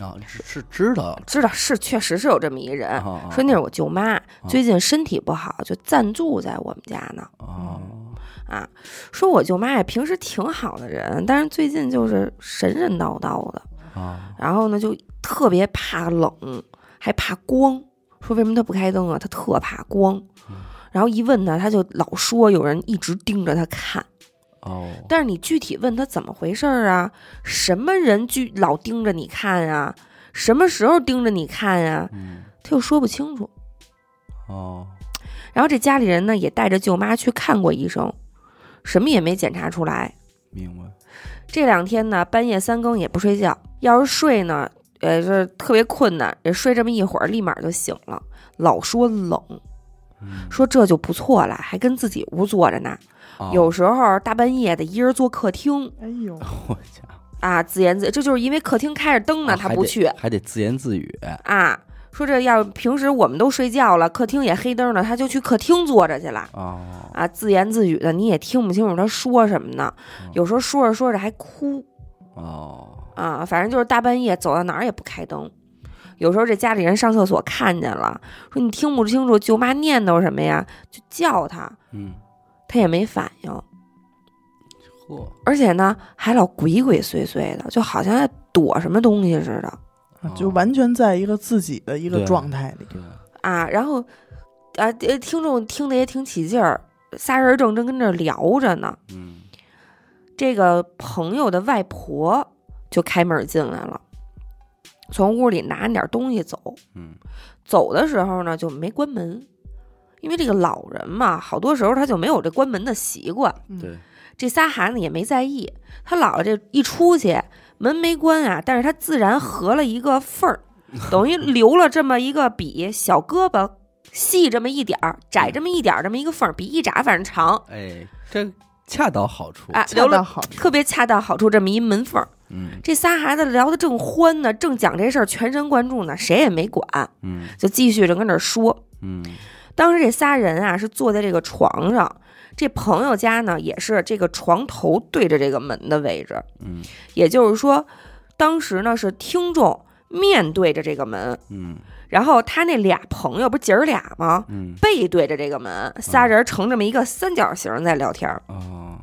S1: 啊，是是知道，
S3: 知道是确实是有这么一
S2: 哎
S3: 人。
S1: 啊
S3: 说那是我舅妈，最近身体不好，就暂住在我们家呢。
S1: 啊，
S3: 啊，说我舅妈呀，平时挺好的人，但是最近就是神神叨叨的，
S1: 啊
S3: 然后呢就特别怕冷，还怕光。说为什么她不开灯啊？她特怕光。然后一问呢，她就老说有人一直盯着她看。
S1: 哦，
S3: 但是你具体问他怎么回事儿啊？什么人具老盯着你看啊？什么时候盯着你看呀、
S1: 嗯
S3: 他又说不清楚。
S1: 哦，
S3: 然后这家里人呢也带着舅妈去看过医生，什么也没检查出来。
S1: 明白，
S3: 这两天呢半夜三更也不睡觉，要是睡呢也是特别困难，也睡这么一会儿立马就醒了，老说冷，
S1: 嗯
S3: 说这就不错了，还跟自己屋坐着呢。
S1: 啊
S3: 有时候大半夜的一人坐客厅
S2: 哎呦，
S1: 我家伙
S3: 啊，自言自这就是因为客厅开着灯呢，
S1: 啊
S3: 他
S1: 还
S3: 不
S1: 得
S3: 去。
S1: 还得自言自语，
S3: 啊，说这要平时我们都睡觉了，客厅也黑灯了，他就去客厅坐着去了。
S1: 哦，
S3: 啊，自言自语的，你也听不清楚他说什么呢
S1: 嗯。
S3: 有时候说着说着还哭
S1: 哦，
S3: 啊，反正就是大半夜走到哪儿也不开灯。有时候这家里人上厕所看见了，说你听不清楚舅妈念叨什么呀，就叫他，
S1: 嗯，
S3: 他也没反应，
S1: 嚯，
S3: 而且呢还老鬼鬼祟祟的，就好像在躲什么东西似的。
S2: 啊就完全在一个自己的一个
S1: 哦对
S2: 状态里。
S1: 对，
S3: 啊，然后啊，呃听众听的也挺起劲儿，仨人正正跟这儿聊着呢，
S1: 嗯，
S3: 这个朋友的外婆就开门进来了，从屋里拿着点东西走，
S1: 嗯，
S3: 走的时候呢就没关门。因为这个老人嘛，好多时候他就没有这关门的习惯。
S2: 嗯
S1: 对，
S3: 这仨孩子也没在意，他姥姥这一出去，门没关啊，但是他自然合了一个缝儿，等于留了这么一个比小胳膊细这么一点儿，窄这么一点儿，这么一个缝儿，比一拃反正长，
S1: 哎，这恰到好处，
S3: 哎，
S2: 恰
S3: 留
S2: 到
S3: 了
S2: 好处。
S3: 特别恰到好处这么一门缝儿。
S1: 嗯
S3: 这仨孩子聊得正欢呢，正讲这事儿，全神贯注呢，谁也没管，
S1: 嗯
S3: 就继续着跟这儿说。
S1: 嗯
S3: 当时这仨人啊是坐在这个床上，这朋友家呢也是这个床头对着这个门的位置，
S1: 嗯
S3: 也就是说，当时呢是听众面对着这个门，
S1: 嗯
S3: 然后他那俩朋友不是姐儿俩吗？
S1: 嗯，
S3: 背对着这个门，仨人成这么一个三角形在聊天儿。
S1: 哦，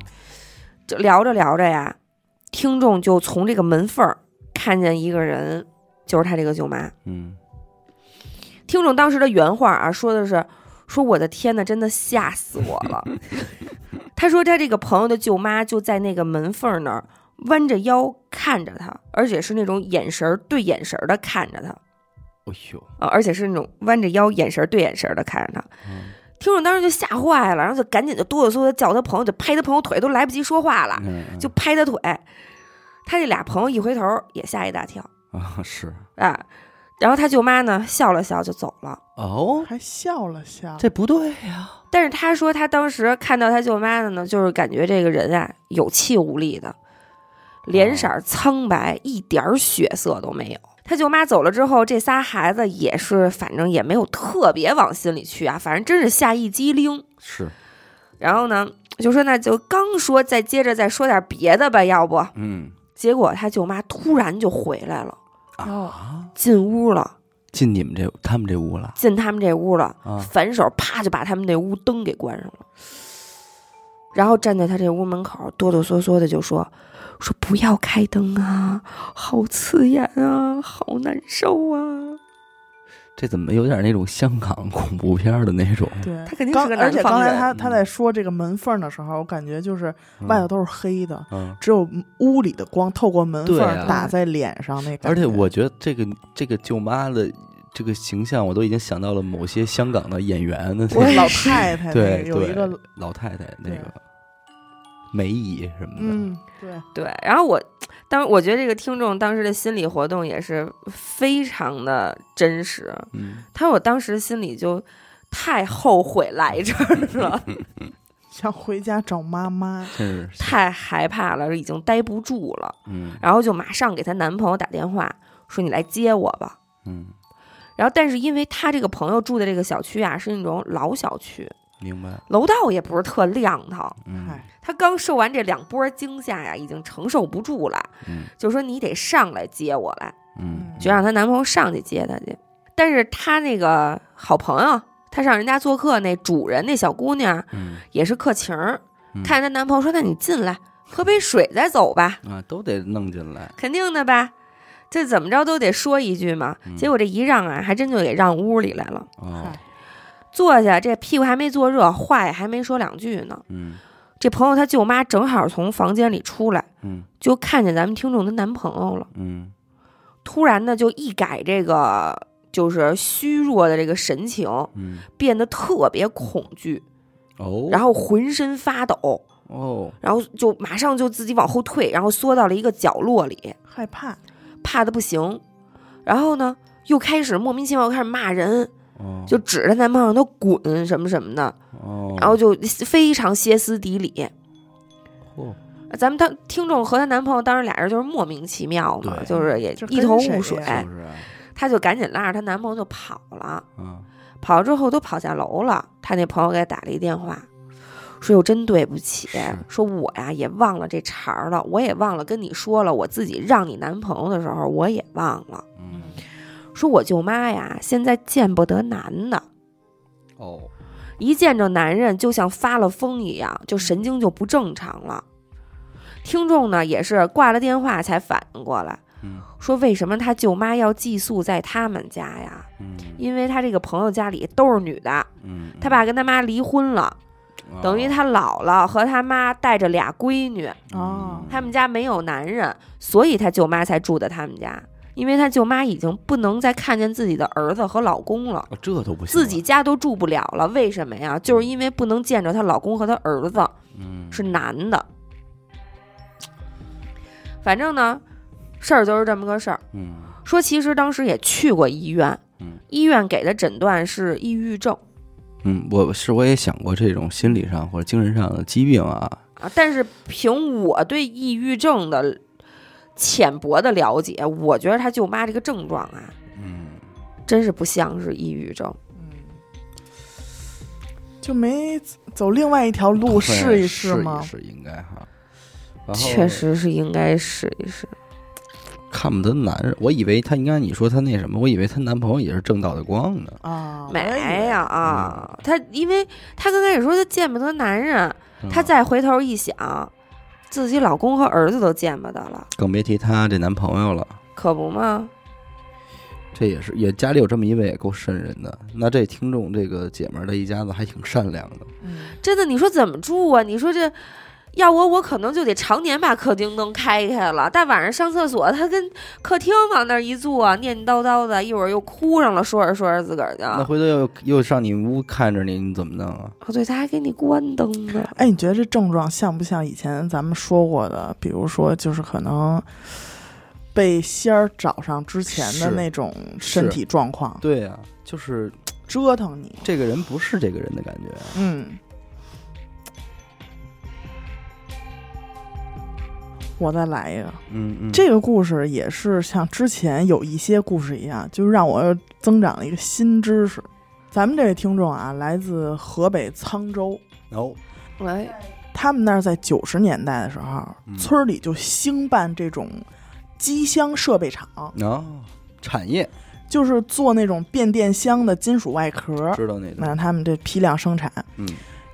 S3: 这聊着聊着呀，听众就从这个门缝儿看见一个人，就是他这个舅妈。
S1: 嗯
S3: 听众当时的原话啊，说的是：“说我的天呐，真的吓死我了。” 他说他这个朋友的舅妈就在那个门缝那儿弯着腰看着他，而且是那种眼神儿对眼神的看着他
S1: 哎呦，
S3: 啊，而且是那种弯着腰眼神儿对眼神的看着他。
S1: 嗯
S3: 听众当时就吓坏了，然后就赶紧就哆哆嗦嗦地叫他朋友，就拍他朋友腿，都来不及说话了，
S1: 嗯
S3: 就拍他腿。他这俩朋友一回头也吓一大跳
S1: 啊 是
S3: 啊，然后他舅妈呢笑了笑就走了。
S1: 哦，
S2: 还笑了笑，
S1: 这不对啊呀，
S3: 但是他说他当时看到他舅妈的呢，就是感觉这个人啊有气无力的，脸色儿苍白，一点儿血色都没有。他舅妈走了之后，这仨孩子也是，反正也没有特别往心里去啊，反正真是下一激灵。
S1: 是，
S3: 然后呢，就说那就刚说再接着再说点别的吧，要不？
S1: 嗯
S3: 结果他舅妈突然就回来了，哦
S1: 啊，
S3: 进屋了，
S1: 进你们这他们这屋了
S3: 进他们这屋了，
S1: 啊，
S3: 反手啪就把他们那屋灯给关上了，然后站在他这屋门口哆哆嗦嗦的就说：“说不要开灯啊，好刺眼啊，好难受啊。
S1: 这怎么有点那种香港恐怖片儿的那种？
S2: 对，
S3: 他肯定是
S2: 刚
S3: 个
S2: 而且
S3: 南方
S2: 刚才
S3: 人
S2: 他
S1: 嗯
S2: 他在说这个门缝的时候，我感觉就是外头都是黑的，
S1: 嗯，
S2: 只有屋里的光透过门缝
S1: 对啊
S2: 打在脸上那感
S1: 而且
S2: 觉
S1: 我觉得这个这个舅妈的这个形象，我都已经想到了某些香港的演员的那
S2: 我
S1: 个
S2: 老太 太那个
S1: 对
S2: 有一个
S1: 对老太太那
S2: 对
S1: 个梅姨什么的，
S2: 嗯对。”
S3: 对，然后我，当我觉得这个听众当时的心理活动也是非常的真实。
S1: 嗯，
S3: 他说我当时心里就太后悔来这儿了，
S2: 想回家找妈妈，
S1: 真是
S3: 太害怕了，已经待不住了。
S1: 嗯
S3: 然后就马上给她男朋友打电话，说你来接我吧。
S1: 嗯，
S3: 然后，但是因为她这个朋友住的这个小区啊，是那种老小区，
S1: 明白，
S3: 楼道也不是特亮堂。
S1: 嗯
S2: 嗨，
S3: 她刚受完这两波惊吓呀，已经承受不住了，
S1: 嗯
S3: 就说你得上来接我来，
S1: 嗯，
S3: 就让她男朋友上去接她去。但是她那个好朋友，她上人家做客那主人那小姑娘
S1: 嗯
S3: 也是客情儿
S1: 嗯，
S3: 看她男朋友说：“那你进来喝杯水再走吧。”
S1: 啊，都得弄进来，
S3: 肯定的吧？这怎么着都得说一句嘛。
S1: 嗯
S3: 结果这一让啊，还真就给让屋里来了。
S1: 哦，
S3: 坐下，这屁股还没坐热，话也还没说两句呢。
S1: 嗯
S3: 这朋友他舅妈正好从房间里出来，
S1: 嗯
S3: 就看见咱们听众的男朋友了。
S1: 嗯
S3: 突然呢，就一改这个就是虚弱的这个神情，
S1: 嗯，
S3: 变得特别恐惧，
S1: 哦，
S3: 然后浑身发抖，
S1: 哦，
S3: 然后就马上就自己往后退，然后缩到了一个角落里。
S2: 害怕，
S3: 怕的不行，然后呢，又开始莫名其妙开始骂人，
S1: 哦，
S3: 就指着她男朋友让他滚什么什么的，
S1: 哦，
S3: 然后就非常歇斯底里。
S1: 哦
S3: 咱们当听众和她男朋友当时俩人就是莫名其妙嘛，
S1: 对
S3: 就是也
S2: 这跟
S3: 一头雾
S2: 谁
S3: 水，
S2: 呀
S1: 就是啊，
S3: 她就赶紧拉着她男朋友就跑了。
S1: 嗯
S3: 跑了之后都跑下楼了，她那朋友给她打了一电话，说：“哟，真对不起
S1: 是，
S3: 说我呀也忘了这茬儿了，我也忘了跟你说了，我自己让你男朋友的时候我也忘了。”
S1: 嗯，
S3: 说我舅妈呀，现在见不得男的，
S1: 哦，
S3: 一见着男人就像发了疯一样，
S1: 嗯
S3: 就神经就不正常了。听众呢也是挂了电话才反应过来，
S1: 嗯
S3: 说为什么他舅妈要寄宿在他们家呀？
S1: 嗯
S3: 因为他这个朋友家里都是女的，
S1: 嗯，哦
S3: 他爸跟他妈离婚了，等于他姥姥和他妈带着俩闺女，
S1: 嗯
S2: 哦
S3: 他们家没有男人，所以他舅妈才住在他们家。因为他舅妈已经不能再看见自己的儿子和老公了。
S1: 哦，这都不行，
S3: 自己，家都住不了了，为什么呀？就是因为不能见着她老公和她儿子
S1: 嗯，
S3: 是男的。反正呢，事儿就是这么个事儿。
S1: 嗯
S3: 说其实当时也去过医院
S1: 嗯，
S3: 医院给的诊断是抑郁症
S1: 嗯，我是我也想过这种心理上或者精神上的疾病啊，
S3: 啊，但是凭我对抑郁症的浅薄的了解，我觉得她舅妈这个症状啊，
S1: 嗯，
S3: 真是不像是抑郁症。
S2: 嗯，就没走另外一条路试一
S1: 试
S2: 吗？
S1: 是应该哈，然后
S3: 确实是应该试一试，
S1: 看不得男人，我以为她应该你说她那什么，我以为她男朋友也是正道的光呢，
S2: 啊，
S3: 没有啊，她因为她刚开始说她见不得男人，她
S1: 嗯
S3: 再回头一想，自己老公和儿子都见不得了，
S1: 更别提她这男朋友了。
S3: 可不吗？
S1: 这也是也家里有这么一位也够瘆人的。那这听众这个姐们儿的一家子还挺善良的，
S2: 嗯
S3: 真的，你说怎么住啊？你说这要我，我可能就得常年把客厅灯开开了，大晚上上厕所，她跟客厅往那儿一坐，念念叨叨的，一会儿又哭上了，说着说着自个儿就，
S1: 那
S3: 哦，
S1: 回头又又上你屋看着你，你怎么弄啊？
S3: 对，她还给你关灯呢。
S2: 哎，你觉得这症状像不像以前咱们说过的？比如说，就是可能被仙儿找上之前的
S1: 是
S2: 那种身
S1: 是
S2: 体状况，
S1: 对啊，就是
S2: 折腾你。
S1: 这个人不是这个人的感觉。啊
S2: 嗯，我再来一个。
S1: 嗯嗯，
S2: 这个故事也是像之前有一些故事一样，就是让我又增长了一个新知识。咱们这位听众啊，来自河北沧州，
S1: 哦，
S3: 喂，
S2: 他们那儿在九十年代的时候，
S1: 嗯
S2: 村儿里就兴办这种机箱设备厂，
S1: 哦，产业
S2: 就是做那种变电箱的金属外壳，
S1: 知道那种，
S2: 让他们这批量生产。
S1: 嗯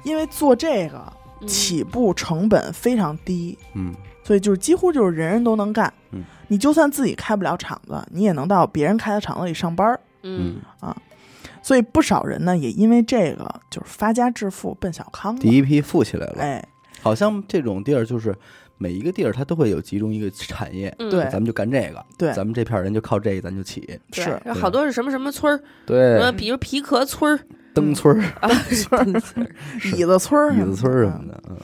S2: 因为做这个
S3: 嗯
S2: 起步成本非常低，
S1: 嗯
S2: 所以就是几乎就是人人都能干。
S1: 嗯
S2: 你就算自己开不了厂子，你也能到别人开的厂子里上班儿。
S1: 嗯
S3: 嗯，，
S2: 所以不少人呢，也因为这个就是发家致富，奔小康
S1: 第
S2: 了。
S1: 一批富起来了，
S2: 哎，
S1: 好像这种地儿就是每一个地儿它都会有集中一个产业，
S3: 嗯
S2: 对
S1: 咱们就干这个，
S2: 对
S1: 咱们这片儿人就靠这个咱就起，
S3: 对
S2: 是
S3: 然后好多是什么什么村儿，什么
S1: 对，
S3: 比如皮革村儿
S1: 灯村儿、
S3: 啊，村儿，
S1: 是
S2: 椅子村儿，
S1: 椅子村儿什
S2: 的。
S1: 么的，嗯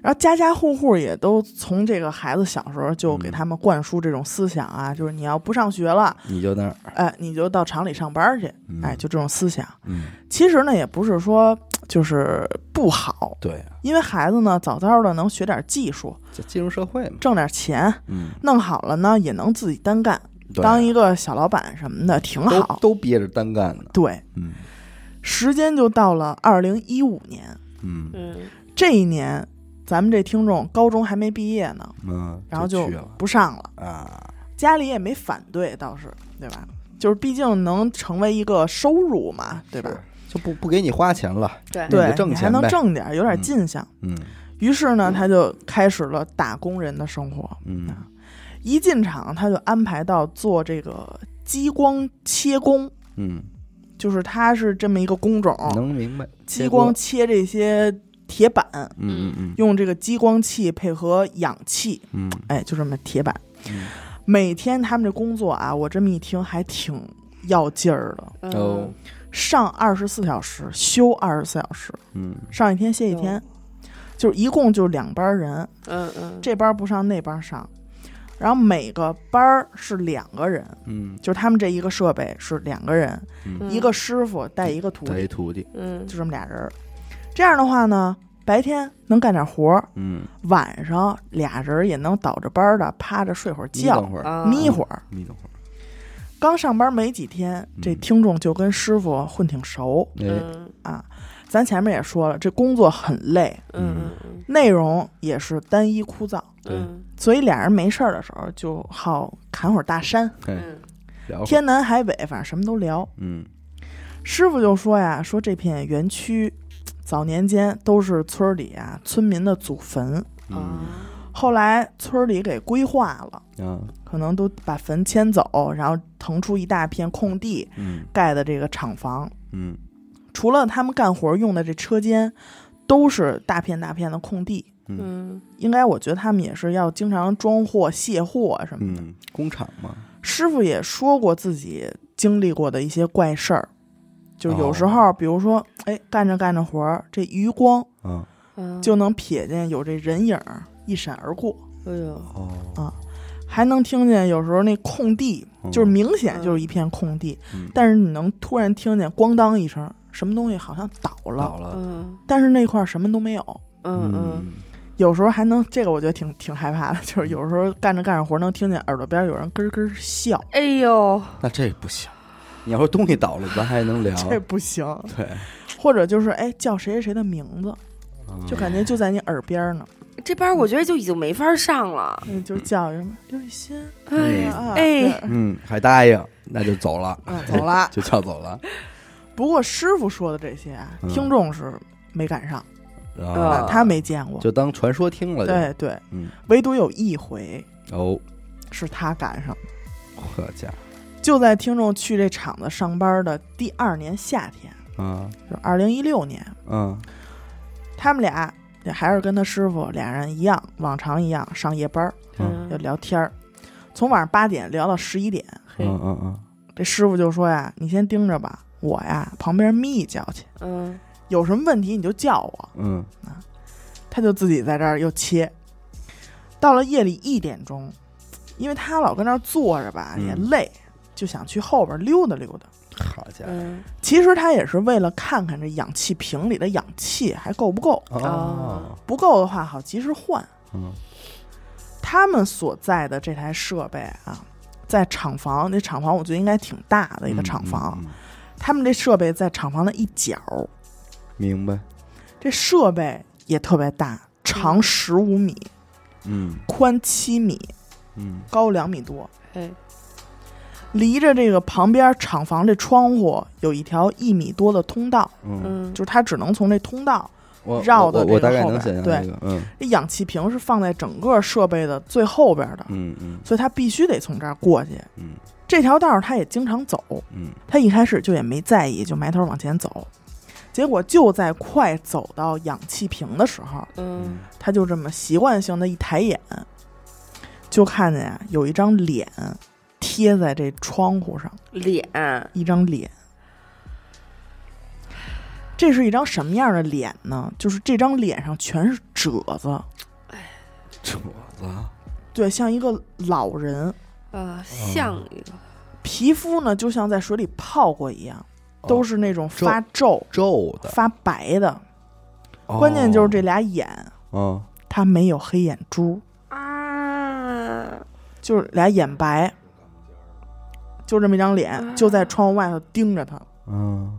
S2: 然后家家户户也都从这个孩子小时候就给
S1: 嗯
S2: 他们灌输这种思想啊，就是你要不上学了，
S1: 你就那儿，
S2: 哎，你就到厂里上班去，
S1: 嗯
S2: 哎，就这种思想。
S1: 嗯，
S2: 其实呢，也不是说就是不好，
S1: 对啊，
S2: 因为孩子呢早早的能学点技术，
S1: 就进入社会嘛，
S2: 挣点钱，
S1: 嗯，
S2: 弄好了呢也能自己单干，
S1: 对啊
S2: 当一个小老板什么的，挺
S1: 都
S2: 好。
S1: 都憋着单干呢，
S2: 对，
S1: 嗯
S2: 时间就到了二零一五年，
S1: 嗯
S3: 嗯
S2: 这一年咱们这听众高中还没毕业呢，
S1: 嗯，
S2: 然后
S1: 就
S2: 就
S1: 去了
S2: 不上了，
S1: 啊，
S2: 家里也没反对，倒是对吧？就是毕竟能成为一个收入嘛，啊对吧？
S1: 是？就不不给你花钱了，
S3: 对
S1: 那你
S2: 对
S1: 就，挣
S2: 你还
S1: 钱
S2: 能
S1: 呗，
S2: 挣点儿，有点
S1: 嗯
S2: 进项。
S1: 嗯
S2: 于是呢，他就开始了打工人的生活。
S1: 嗯
S2: 一进厂，他就安排到做这个激光切工，
S1: 嗯，
S2: 就是它是这么一个工种，
S1: 能明白，
S2: 哦激光切这些铁板，
S1: 嗯嗯
S2: 用这个激光器配合氧气，
S1: 嗯
S2: 哎，就这么铁板。
S1: 嗯
S2: 每天他们这工作啊，我这么一听还挺要劲儿的，
S1: 嗯，哦，
S2: 上二十四小时，休二十四小时，
S1: 嗯
S2: 上一天歇一天，就是一共就两班人，
S3: 嗯嗯，
S2: 这班不上那班上，然后每个班儿是两个人，
S1: 嗯，
S2: 就是他们这一个设备是两个人，
S1: 嗯
S2: 一个师傅带一个徒
S1: 带
S2: 弟，
S1: 一徒弟，
S3: 嗯
S2: 就这么俩人儿。这样的话呢，白天能干点活儿，
S1: 嗯，
S2: 晚上俩人也能倒着班儿的趴着睡会儿
S1: 眯等
S2: 觉，
S1: 会儿，
S3: 啊
S2: 眯会儿。
S1: 眯等会儿，
S2: 刚上班没几天，这
S1: 嗯
S2: 听众就跟师傅混挺熟。
S1: 哎，
S3: 嗯
S2: 啊。咱前面也说了，这工作很累，
S3: 嗯嗯
S2: 内容也是单一枯燥，
S3: 嗯
S2: 所以俩人没事儿的时候就好侃会儿大山，
S1: 哎，
S3: 嗯
S1: 聊会儿，
S2: 天南海北，反正什么都聊。
S1: 嗯
S2: 师傅就说呀，说这片园区早年间都是村里啊村民的祖坟，
S3: 嗯
S1: 嗯
S3: 啊
S2: 后来村里给规划了，
S1: 啊
S2: 可能都把坟迁走，然后腾出一大片空地
S1: 嗯
S2: 盖的这个厂房。
S1: 嗯
S2: 除了他们干活用的这车间，都是大片大片的空地。
S1: 嗯
S3: 嗯
S2: 应该我觉得他们也是要经常装货、卸货什么的。
S1: 嗯，工厂嘛，
S2: 师傅也说过自己经历过的一些怪事儿，就有时候，比如说，哎，干着干着活儿，这余光
S1: 啊
S3: 嗯，
S2: 就能瞥见有这人影儿一闪而过，
S3: 哎呦，
S1: 哦，
S2: 还能听见有时候那空地
S1: 嗯
S2: 就是明显就是一片空地，
S1: 嗯
S2: 但是你能突然听见咣当一声，什么东西好像倒了，
S1: 老了，
S3: 嗯
S2: 但是那块儿什么都没有。
S3: 嗯嗯，
S2: 有时候还能，这个我觉得挺挺害怕的，
S1: 嗯
S2: 就是有时候干着干着活儿能听见耳朵边儿有人咯咯笑，
S3: 哎呦，
S1: 那这不行，你要说东西倒了，咱还 能聊，
S2: 这不行。
S1: 对，
S2: 或者就是哎叫谁谁谁的名字，
S1: 啊嗯
S2: 就感觉就在你耳边儿呢，
S3: 这班我觉得就已经没法上了，
S2: 嗯，就叫什么刘雨欣
S3: 哎呀，
S2: 啊，
S3: 哎
S2: 对
S1: 嗯，还答应，那就走了，
S2: 啊，走了。
S1: 就叫 走了。
S2: 不过师傅说的这些啊，
S1: 嗯
S2: 听众是没赶上，
S1: 啊，
S3: 嗯
S2: 他没见过。
S1: 就当传说听了就。
S2: 对对，
S1: 嗯
S2: 唯独有一回
S1: 哦，
S2: 是他赶上了，
S1: 好家
S2: 就在听众去这厂子上班的第二年夏天，
S1: 伙，啊
S2: 就二零一六年，
S1: 嗯
S2: 他们俩也还是跟他师傅俩人一样，往常一样上夜班儿，
S3: 嗯
S2: 就聊天儿，从晚上八点聊到十一点。
S1: 嗯嗯嗯，
S2: 这师傅就说呀：“你先盯着吧，我呀旁边眯一觉去，
S3: 嗯
S2: 有什么问题你就叫我。
S1: 嗯，”
S2: 他就自己在这儿又切。到了夜里一点钟，因为他老跟那儿坐着吧，
S1: 嗯
S2: 也累，就想去后边溜达溜达。
S1: 好家伙
S3: 嗯
S2: 其实他也是为了看看这氧气瓶里的氧气还够不够，
S1: 哦，
S2: 不够的话好及时换。
S1: 嗯
S2: 他们所在的这台设备啊，在厂房，那厂房我觉得应该挺大的一个厂房，
S1: 嗯嗯嗯
S2: 他们这设备在厂房的一角，
S1: 明白，
S2: 这设备也特别大，长十五米，
S1: 嗯
S2: 宽七米，
S1: 嗯
S2: 高两米多，
S3: 哎，
S2: 离着这个旁边厂房这窗户有一条一米多的通道，
S1: 嗯，
S3: 嗯
S2: 就是它只能从这通道。
S1: 我
S2: 绕到
S1: 我
S2: 这
S1: 我
S2: 个
S1: 大概
S2: 后
S1: 能
S2: 边
S1: 想象
S2: 对
S1: 这个，嗯
S2: 这氧气瓶是放在整个设备的最后边的，
S1: 嗯嗯
S2: 所以它必须得从这儿过去。
S1: 嗯
S2: 这条道儿他也经常走，
S1: 嗯
S2: 他一开始就也没在意，就埋头往前走。结果就在快走到氧气瓶的时候，
S3: 嗯
S2: 他就这么习惯性的一抬眼，就看见啊有一张脸贴在这窗户上，
S3: 脸，
S2: 一张脸。这是一张什么样的脸呢？就是这张脸上全是褶子，
S1: 肘子，
S2: 对，像一个老人，
S3: 呃，像一个，
S2: 皮肤呢就像在水里泡过一样，都
S1: 是
S2: 是那种发皱、
S1: 哦皱的，
S2: 发白的。关键就是这俩眼，
S1: 哦，
S2: 他没有黑眼珠，
S3: 啊，
S2: 就是俩眼白，就这么一张脸，就在窗户外头盯着他。
S1: 嗯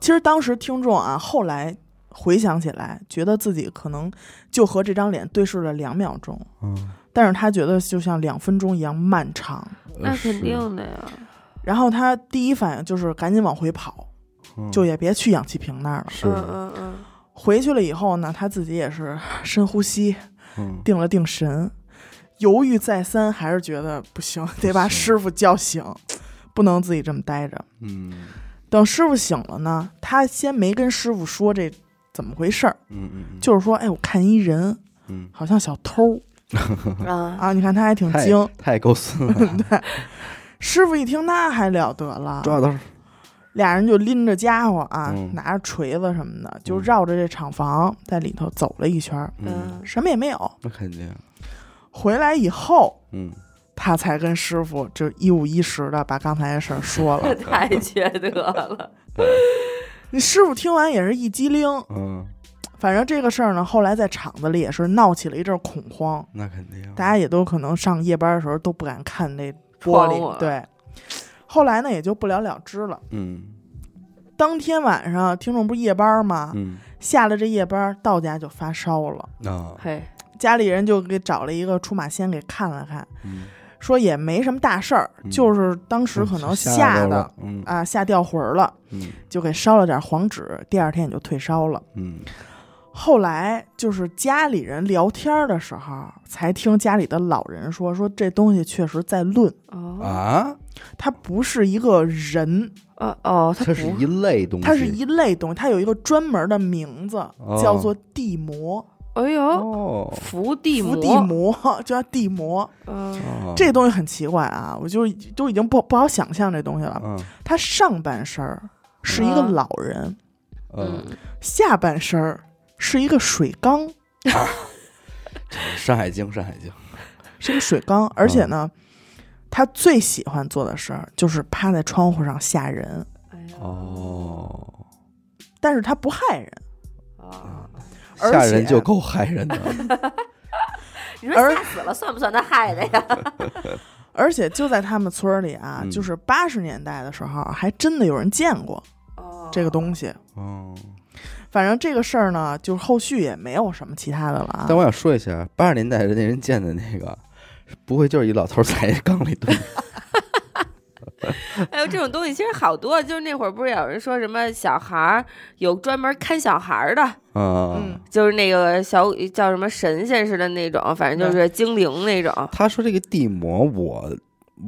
S2: 其实当时听众啊，后来回想起来，觉得自己可能就和这张脸对视了两秒钟，
S1: 嗯，
S2: 但是他觉得就像两分钟一样漫长。
S3: 那肯
S1: 是，
S3: 定的呀，
S2: 然后他第一反应就是赶紧往回跑，
S1: 嗯
S2: 就也别去氧气瓶那儿了。
S1: 是
S3: 嗯，嗯嗯，
S2: 回去了以后呢，他自己也是深呼吸，
S1: 嗯
S2: 定了定神，犹豫再三，还是觉得不行，得把师傅叫醒，不能自己这么待着。
S1: 嗯
S2: 等师傅醒了呢，他先没跟师傅说这怎么回事儿，
S1: 嗯嗯，
S2: 就是说，哎，我看一人
S1: 嗯
S2: 好像小偷
S3: 啊，
S2: 啊，你看他还挺
S1: 太
S2: 精。
S1: 太够孙 了，
S2: 师傅一听，那还了得了，
S1: 抓到
S2: 俩人就拎着家伙啊，
S1: 嗯
S2: 拿着锤子什么的，就
S1: 嗯
S2: 绕着这厂房在里头走了一圈儿，
S1: 嗯，
S3: 嗯
S2: 什么也没有。
S1: 那肯定，
S2: 回来以后，
S1: 嗯，
S2: 他才跟师傅就一五一十的把刚才的事儿说 了。
S3: 太缺德了，
S2: 你师傅听完也是一激灵，
S1: 嗯，
S2: 反正这个事儿呢，后来在厂子里也是闹起了一阵恐慌，
S1: 那肯定，
S2: 大家也都可能上夜班的时候都不敢看那玻
S3: 窗户啊
S2: 璃，对。后来呢，也就不了了之了。
S1: 嗯
S2: 当天晚上，听众不是夜班吗？
S1: 嗯，啊
S2: 下了这夜班，到家就发烧了，
S1: 那
S3: 嘿，
S2: 家里人就给找了一个出马仙给看了看，
S1: 嗯，
S2: 说也没什么大事儿，
S1: 嗯
S2: 就是当时可能吓
S1: 到
S2: 的
S1: 了，嗯
S2: 啊吓掉魂儿了，
S1: 嗯
S2: 就给烧了点黄纸，第二天也就退烧了。
S1: 嗯，
S2: 后来就是家里人聊天儿的时候，才听家里的老人说，说这东西确实在论，
S3: 哦，
S1: 啊，
S2: 它不是一个人，
S3: 哦哦，他
S1: 它是
S3: 不
S1: 一类东西，
S2: 它是一类东西，它有一个专门的名字，
S1: 哦
S2: 叫做地魔，
S3: 哎呦，
S1: 哦，
S3: 伏地
S2: 伏
S3: 魔，
S2: 地魔 就叫地魔。
S3: 嗯，
S1: 哦
S2: 这东西很奇怪啊，我就都已经不不好想象这东西了。
S1: 嗯
S2: 它上半身儿是一个
S3: 啊
S2: 老人，
S1: 嗯，
S2: 下半身儿是一个水缸，
S3: 嗯
S1: 山海经，山海经，
S2: 是个水缸，而
S1: 哦
S2: 且呢，他最喜欢做的事儿就是趴在窗户上吓人，
S3: 哎呀，
S1: 哦，
S2: 但是他不害人，
S3: 啊，
S2: 而
S1: 吓
S2: 且
S1: 人就够害 人的，
S3: 你说
S2: 而
S3: 吓死了算不算他害的呀？
S2: 而且就在他们村儿里啊，
S1: 嗯
S2: 就是八十年代的时候，还真的有人见过
S3: 哦，
S2: 这个东西。
S1: 哦。
S2: 反正这个事儿呢，就是后续也没有什么其他的了啊
S1: 但。我想说一下，八十年代人家人建的那个，不会就是一老头儿在缸里蹲？
S3: 哎呦，这种东西其实好多，就是那会儿不是有人说什么小孩儿有专门看小孩儿的，
S1: 啊
S2: 嗯，，
S3: 就是那个小叫什么神仙似的那种，反正
S1: 嗯
S3: 就是精灵那种，
S1: 他说这个地魔，我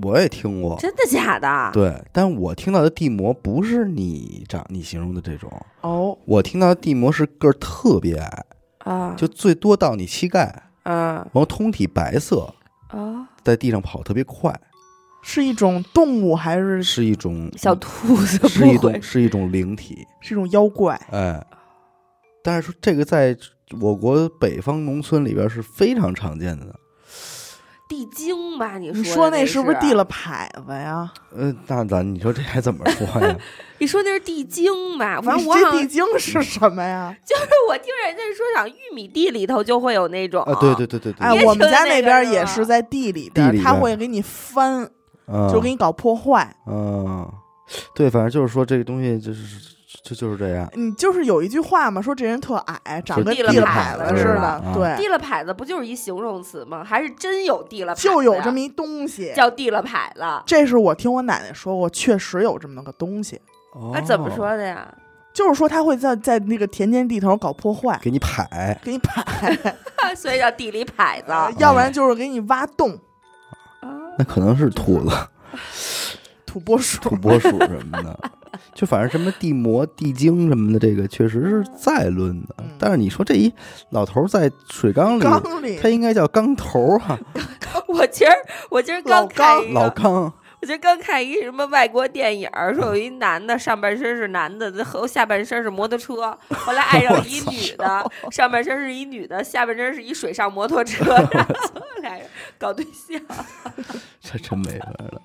S1: 我也听过，
S3: 真的假的？
S1: 对，但我听到的地魔不是你长你形容的这种，
S2: 哦，
S1: 我听到的地魔是个儿特别矮，
S3: 啊，
S1: 就最多到你膝盖，然
S3: 啊
S1: 后通体白色，
S3: 啊，
S1: 在地上跑特别快，
S2: 是一种动物还是
S1: 是一种嗯
S3: 小兔子
S1: 是一
S3: 不会
S1: 种是一种灵体，
S2: 是一种妖怪？
S1: 哎，但是说这个在我国北方农村里边是非常常见的，
S3: 地精吧？你
S2: 你
S3: 说
S2: 说
S3: 的
S2: 那
S3: 是啊
S2: 是不是递？了牌子呀？
S1: 嗯、那咱你说这还怎么说呀？
S3: 你说那是地精吧？反正
S2: 你
S3: 啊我
S2: 这
S3: 好
S2: 地
S3: 像
S2: 精是什么 呀？
S3: 我听人家说，像玉米地里头就会有那种
S1: 啊，对对对对对，
S2: 哎，
S3: 也
S2: 我
S3: 挺
S2: 们家
S3: 那
S2: 那
S3: 个
S2: 边儿
S3: 的
S2: 也是在地里边
S1: 地里
S2: 儿，他
S1: 边儿
S2: 会给你翻，
S1: 嗯
S2: 就给你搞破坏。
S1: 嗯，对，反正就是说这个东西就是就就是这样，
S2: 你就是有一句话嘛，说这人特矮，长
S1: 就
S2: 跟
S3: 地
S2: 地
S3: 了
S2: 了牌
S3: 牌子
S2: 子
S3: 似
S2: 似
S1: 的
S2: 的
S1: 啊，
S2: 对，
S3: 地了牌子，不就是一形容词吗？还是真有地了牌子呀？
S2: 就有这么一东西。
S3: 叫地了牌子。
S2: 这是我听我奶奶说过，确实有这么个东西，
S1: 哦
S3: 那怎么说的呀？
S2: 就是说他会在在那个田间地头搞破坏，
S1: 给你拍，
S2: 给你摆，
S3: 啊所以叫地理牌子。
S2: 呃要不然就是给你挖洞、
S1: 那可能是兔子、
S2: 土拨鼠。
S1: 土拨鼠什么的，就反正什么地魔、地精什么的，这个确实是在论的
S2: 嗯。
S1: 但是你说这一老头在水缸里，
S2: 缸里
S1: 他应该叫缸头啊，
S3: 我今儿我今儿刚
S2: 老
S3: 看
S2: 刚
S3: 一
S1: 老
S3: 个，
S1: 缸。
S3: 我今儿刚看一什么外国电影儿，说有一男的上半身是男的，和下半身是摩托车，后来爱上一女的，上半身是一女的，下半身是一水上摩托车， 然后俩人搞对象。
S1: 这真没法 了。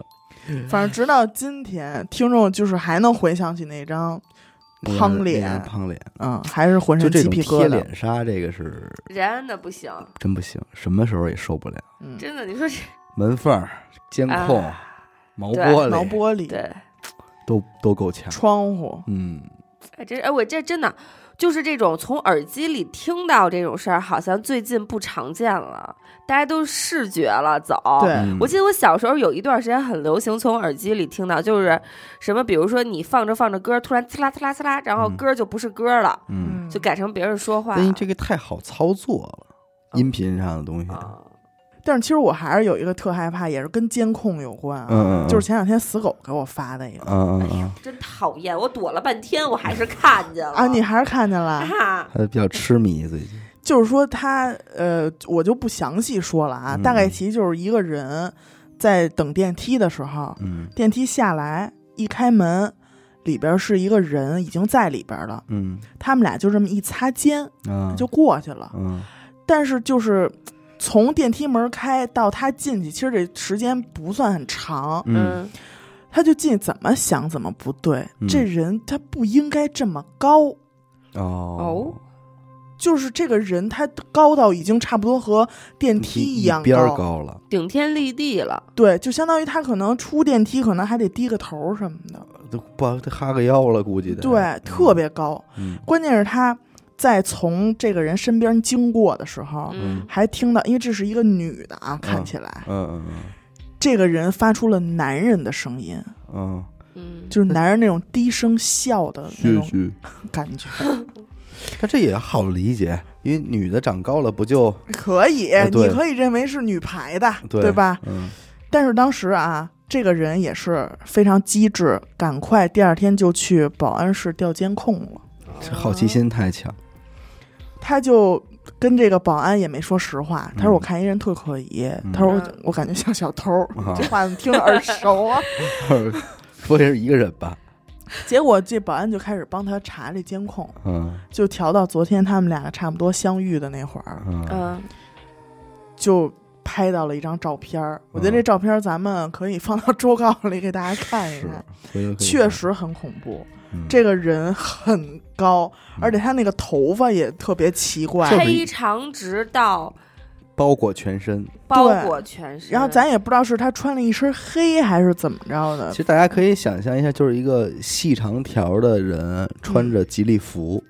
S2: 反正直到今天，听众就是还能回想起那张，胖脸
S1: 那样胖脸，
S2: 嗯，还是浑
S1: 就
S2: 身
S1: 这
S2: 鸡
S1: 种
S2: 皮疙
S1: 贴
S2: 瘩。
S1: 脸杀，这个是
S3: 人安的不行，
S1: 真不行，什么时候也受不了。
S2: 嗯，
S3: 真的，你说这
S1: 门缝儿、监控、
S3: 啊
S1: 毛
S3: 对
S1: 玻
S2: 毛
S1: 璃
S2: 玻璃、
S3: 对，
S1: 都都够呛。
S2: 窗户，
S1: 嗯，
S3: 哎，这哎，我这真的就是这种从耳机里听到这种事儿，好像最近不常见了，大家都视觉了，走。
S2: 对
S1: 嗯
S3: 我记得我小时候有一段时间很流行从耳机里听到，就是什么，比如说你放着放着歌，突然呲啦呲啦呲啦，然后
S1: 嗯
S3: 歌就不是歌了，
S1: 嗯，
S3: 就改成别人说话。
S1: 但这个太好操作了，
S3: 嗯
S1: 音频上的东西。
S3: 啊，
S2: 但是其实我还是有一个特害怕，也是跟监控有关啊，
S1: 嗯嗯，
S2: 就是前两天死狗给我发的一个
S1: 嗯
S3: 哎
S1: 嗯
S3: 呦
S1: 嗯，，
S3: 真讨厌！我躲了半天，我还是看见了
S2: 啊，你还是看见了，
S3: 啊，
S1: 他比较痴迷最近。
S2: 就是说他呃，我就不详细说了啊，
S1: 嗯
S2: 大概其就是一个人在等电梯的时候，
S1: 嗯
S2: 电梯下来一开门，里边是一个人已经在里边了，
S1: 嗯
S2: 他们俩就这么一擦肩
S1: 啊，
S2: 就过去了，
S1: 嗯
S2: 但是就是。从电梯门开到他进去，其实这时间不算很长，
S1: 嗯，
S2: 他就进去怎么想怎么不对，
S1: 嗯
S2: 这人他不应该这么高，
S1: 哦
S3: 哦，
S2: 就是这个人他高到已经差不多和电梯
S1: 一
S2: 样
S1: 边儿高了，
S3: 顶天立地了，
S2: 对，就相当于他可能出电梯，可能还得低个头什么的，
S1: 都不都哈个腰了，估计得。
S2: 对，特别高。
S1: 嗯
S2: 关键是他在从这个人身边经过的时候，
S3: 嗯，
S2: 还听到，因为这是一个女的啊，看起来、
S1: 嗯嗯
S2: 这个人发出了男人的声音，
S1: 嗯嗯，
S3: 嗯，
S2: 就是男人那种低声笑的那
S1: 是
S2: 种
S1: 是。
S2: 感觉。
S1: 但这也好理解，因为女的长高了不就
S2: 可以，
S1: 哎对
S2: 你可以认为是女排的，
S1: 对
S2: 吧？
S1: 嗯
S2: 但是当时啊，这个人也是非常机智，赶快第二天就去保安室调监控了。
S3: 嗯
S1: 这好奇心太强，
S2: 他就跟这个保安也没说实话，他说
S1: 嗯
S2: 我看一人特可疑，
S1: 嗯
S2: 他说我
S3: 嗯
S2: 我感觉像小偷，
S1: 啊
S2: 这话怎么听着耳熟啊？
S1: 嗯 不会是一个人吧？
S2: 结果这保安就开始帮他查这监控，
S1: 嗯
S2: 就调到昨天他们俩差不多相遇的那会儿，
S1: 嗯，
S3: 嗯，
S2: 就。拍到了一张照片儿，我觉得
S1: 嗯
S2: 这照片儿咱们可以放到周告里给大家看一
S1: 是
S2: 看，，
S1: 回头可以
S2: 确实很恐怖。
S1: 嗯
S2: 这个人很高，而且他那个头发也特别奇怪，
S1: 这么
S3: 黑
S1: 一
S3: 长直到
S1: 包裹全身。
S3: 包
S2: 对
S3: 裹全身，
S2: 然后咱也不知道是他穿了一身黑还是怎么着的
S1: 其，实大家可以想象一下，就是一个细长条的人穿着吉利服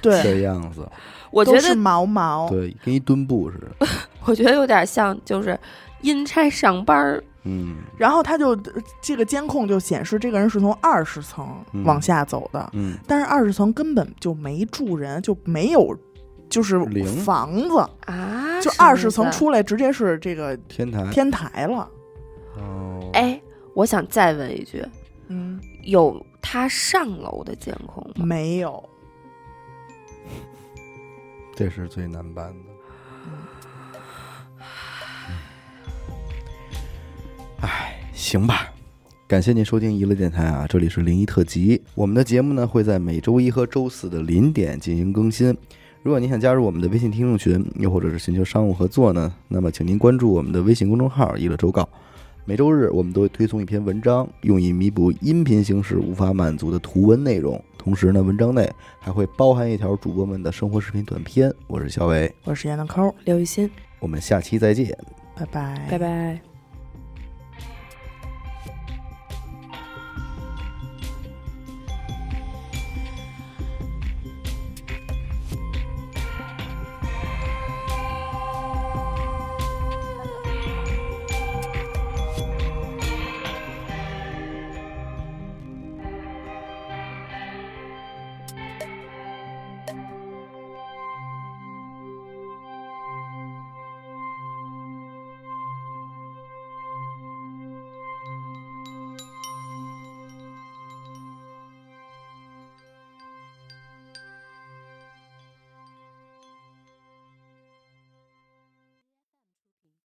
S2: 对，
S1: 这样子，
S3: 我觉
S2: 都
S3: 得
S2: 是毛毛，
S1: 嗯对，跟一墩布似的。
S3: 我觉得有点像就是阴差上班儿，
S1: 嗯
S2: 然后他就呃这个监控就显示这个人是从二十层
S1: 嗯
S2: 往下走的，
S1: 嗯，
S2: 但是二十层根本就没住人，就没有就是
S1: 零
S2: 房子，
S3: 啊，
S2: 就
S3: 什么
S2: 二
S3: 意
S2: 十层
S3: 思。
S2: 出来直接是这个
S1: 天台。
S2: 天台了。
S1: 哦，
S3: 哎，我想再问一句，
S2: 嗯，
S3: 有他上楼的监控吗？
S2: 没有，
S1: 这是最难办的。哎，行吧。感谢您收听娱乐电台啊，这里是灵异特辑。我们的节目呢会在每周一和周四的零点进行更新。如果您想加入我们的微信听众群，又或者是寻求商务合作呢，那么请您关注我们的微信公众号“娱乐周告”。每周日我们都会推送一篇文章，用以弥补音频形式无法满足的图文内容。同时呢，文章内还会包含一条主播们的生活视频短片。我是小伟，
S2: 我是闫德抠，
S3: 刘雨欣，
S1: 我们下期再见。
S2: 拜拜，
S3: 拜拜。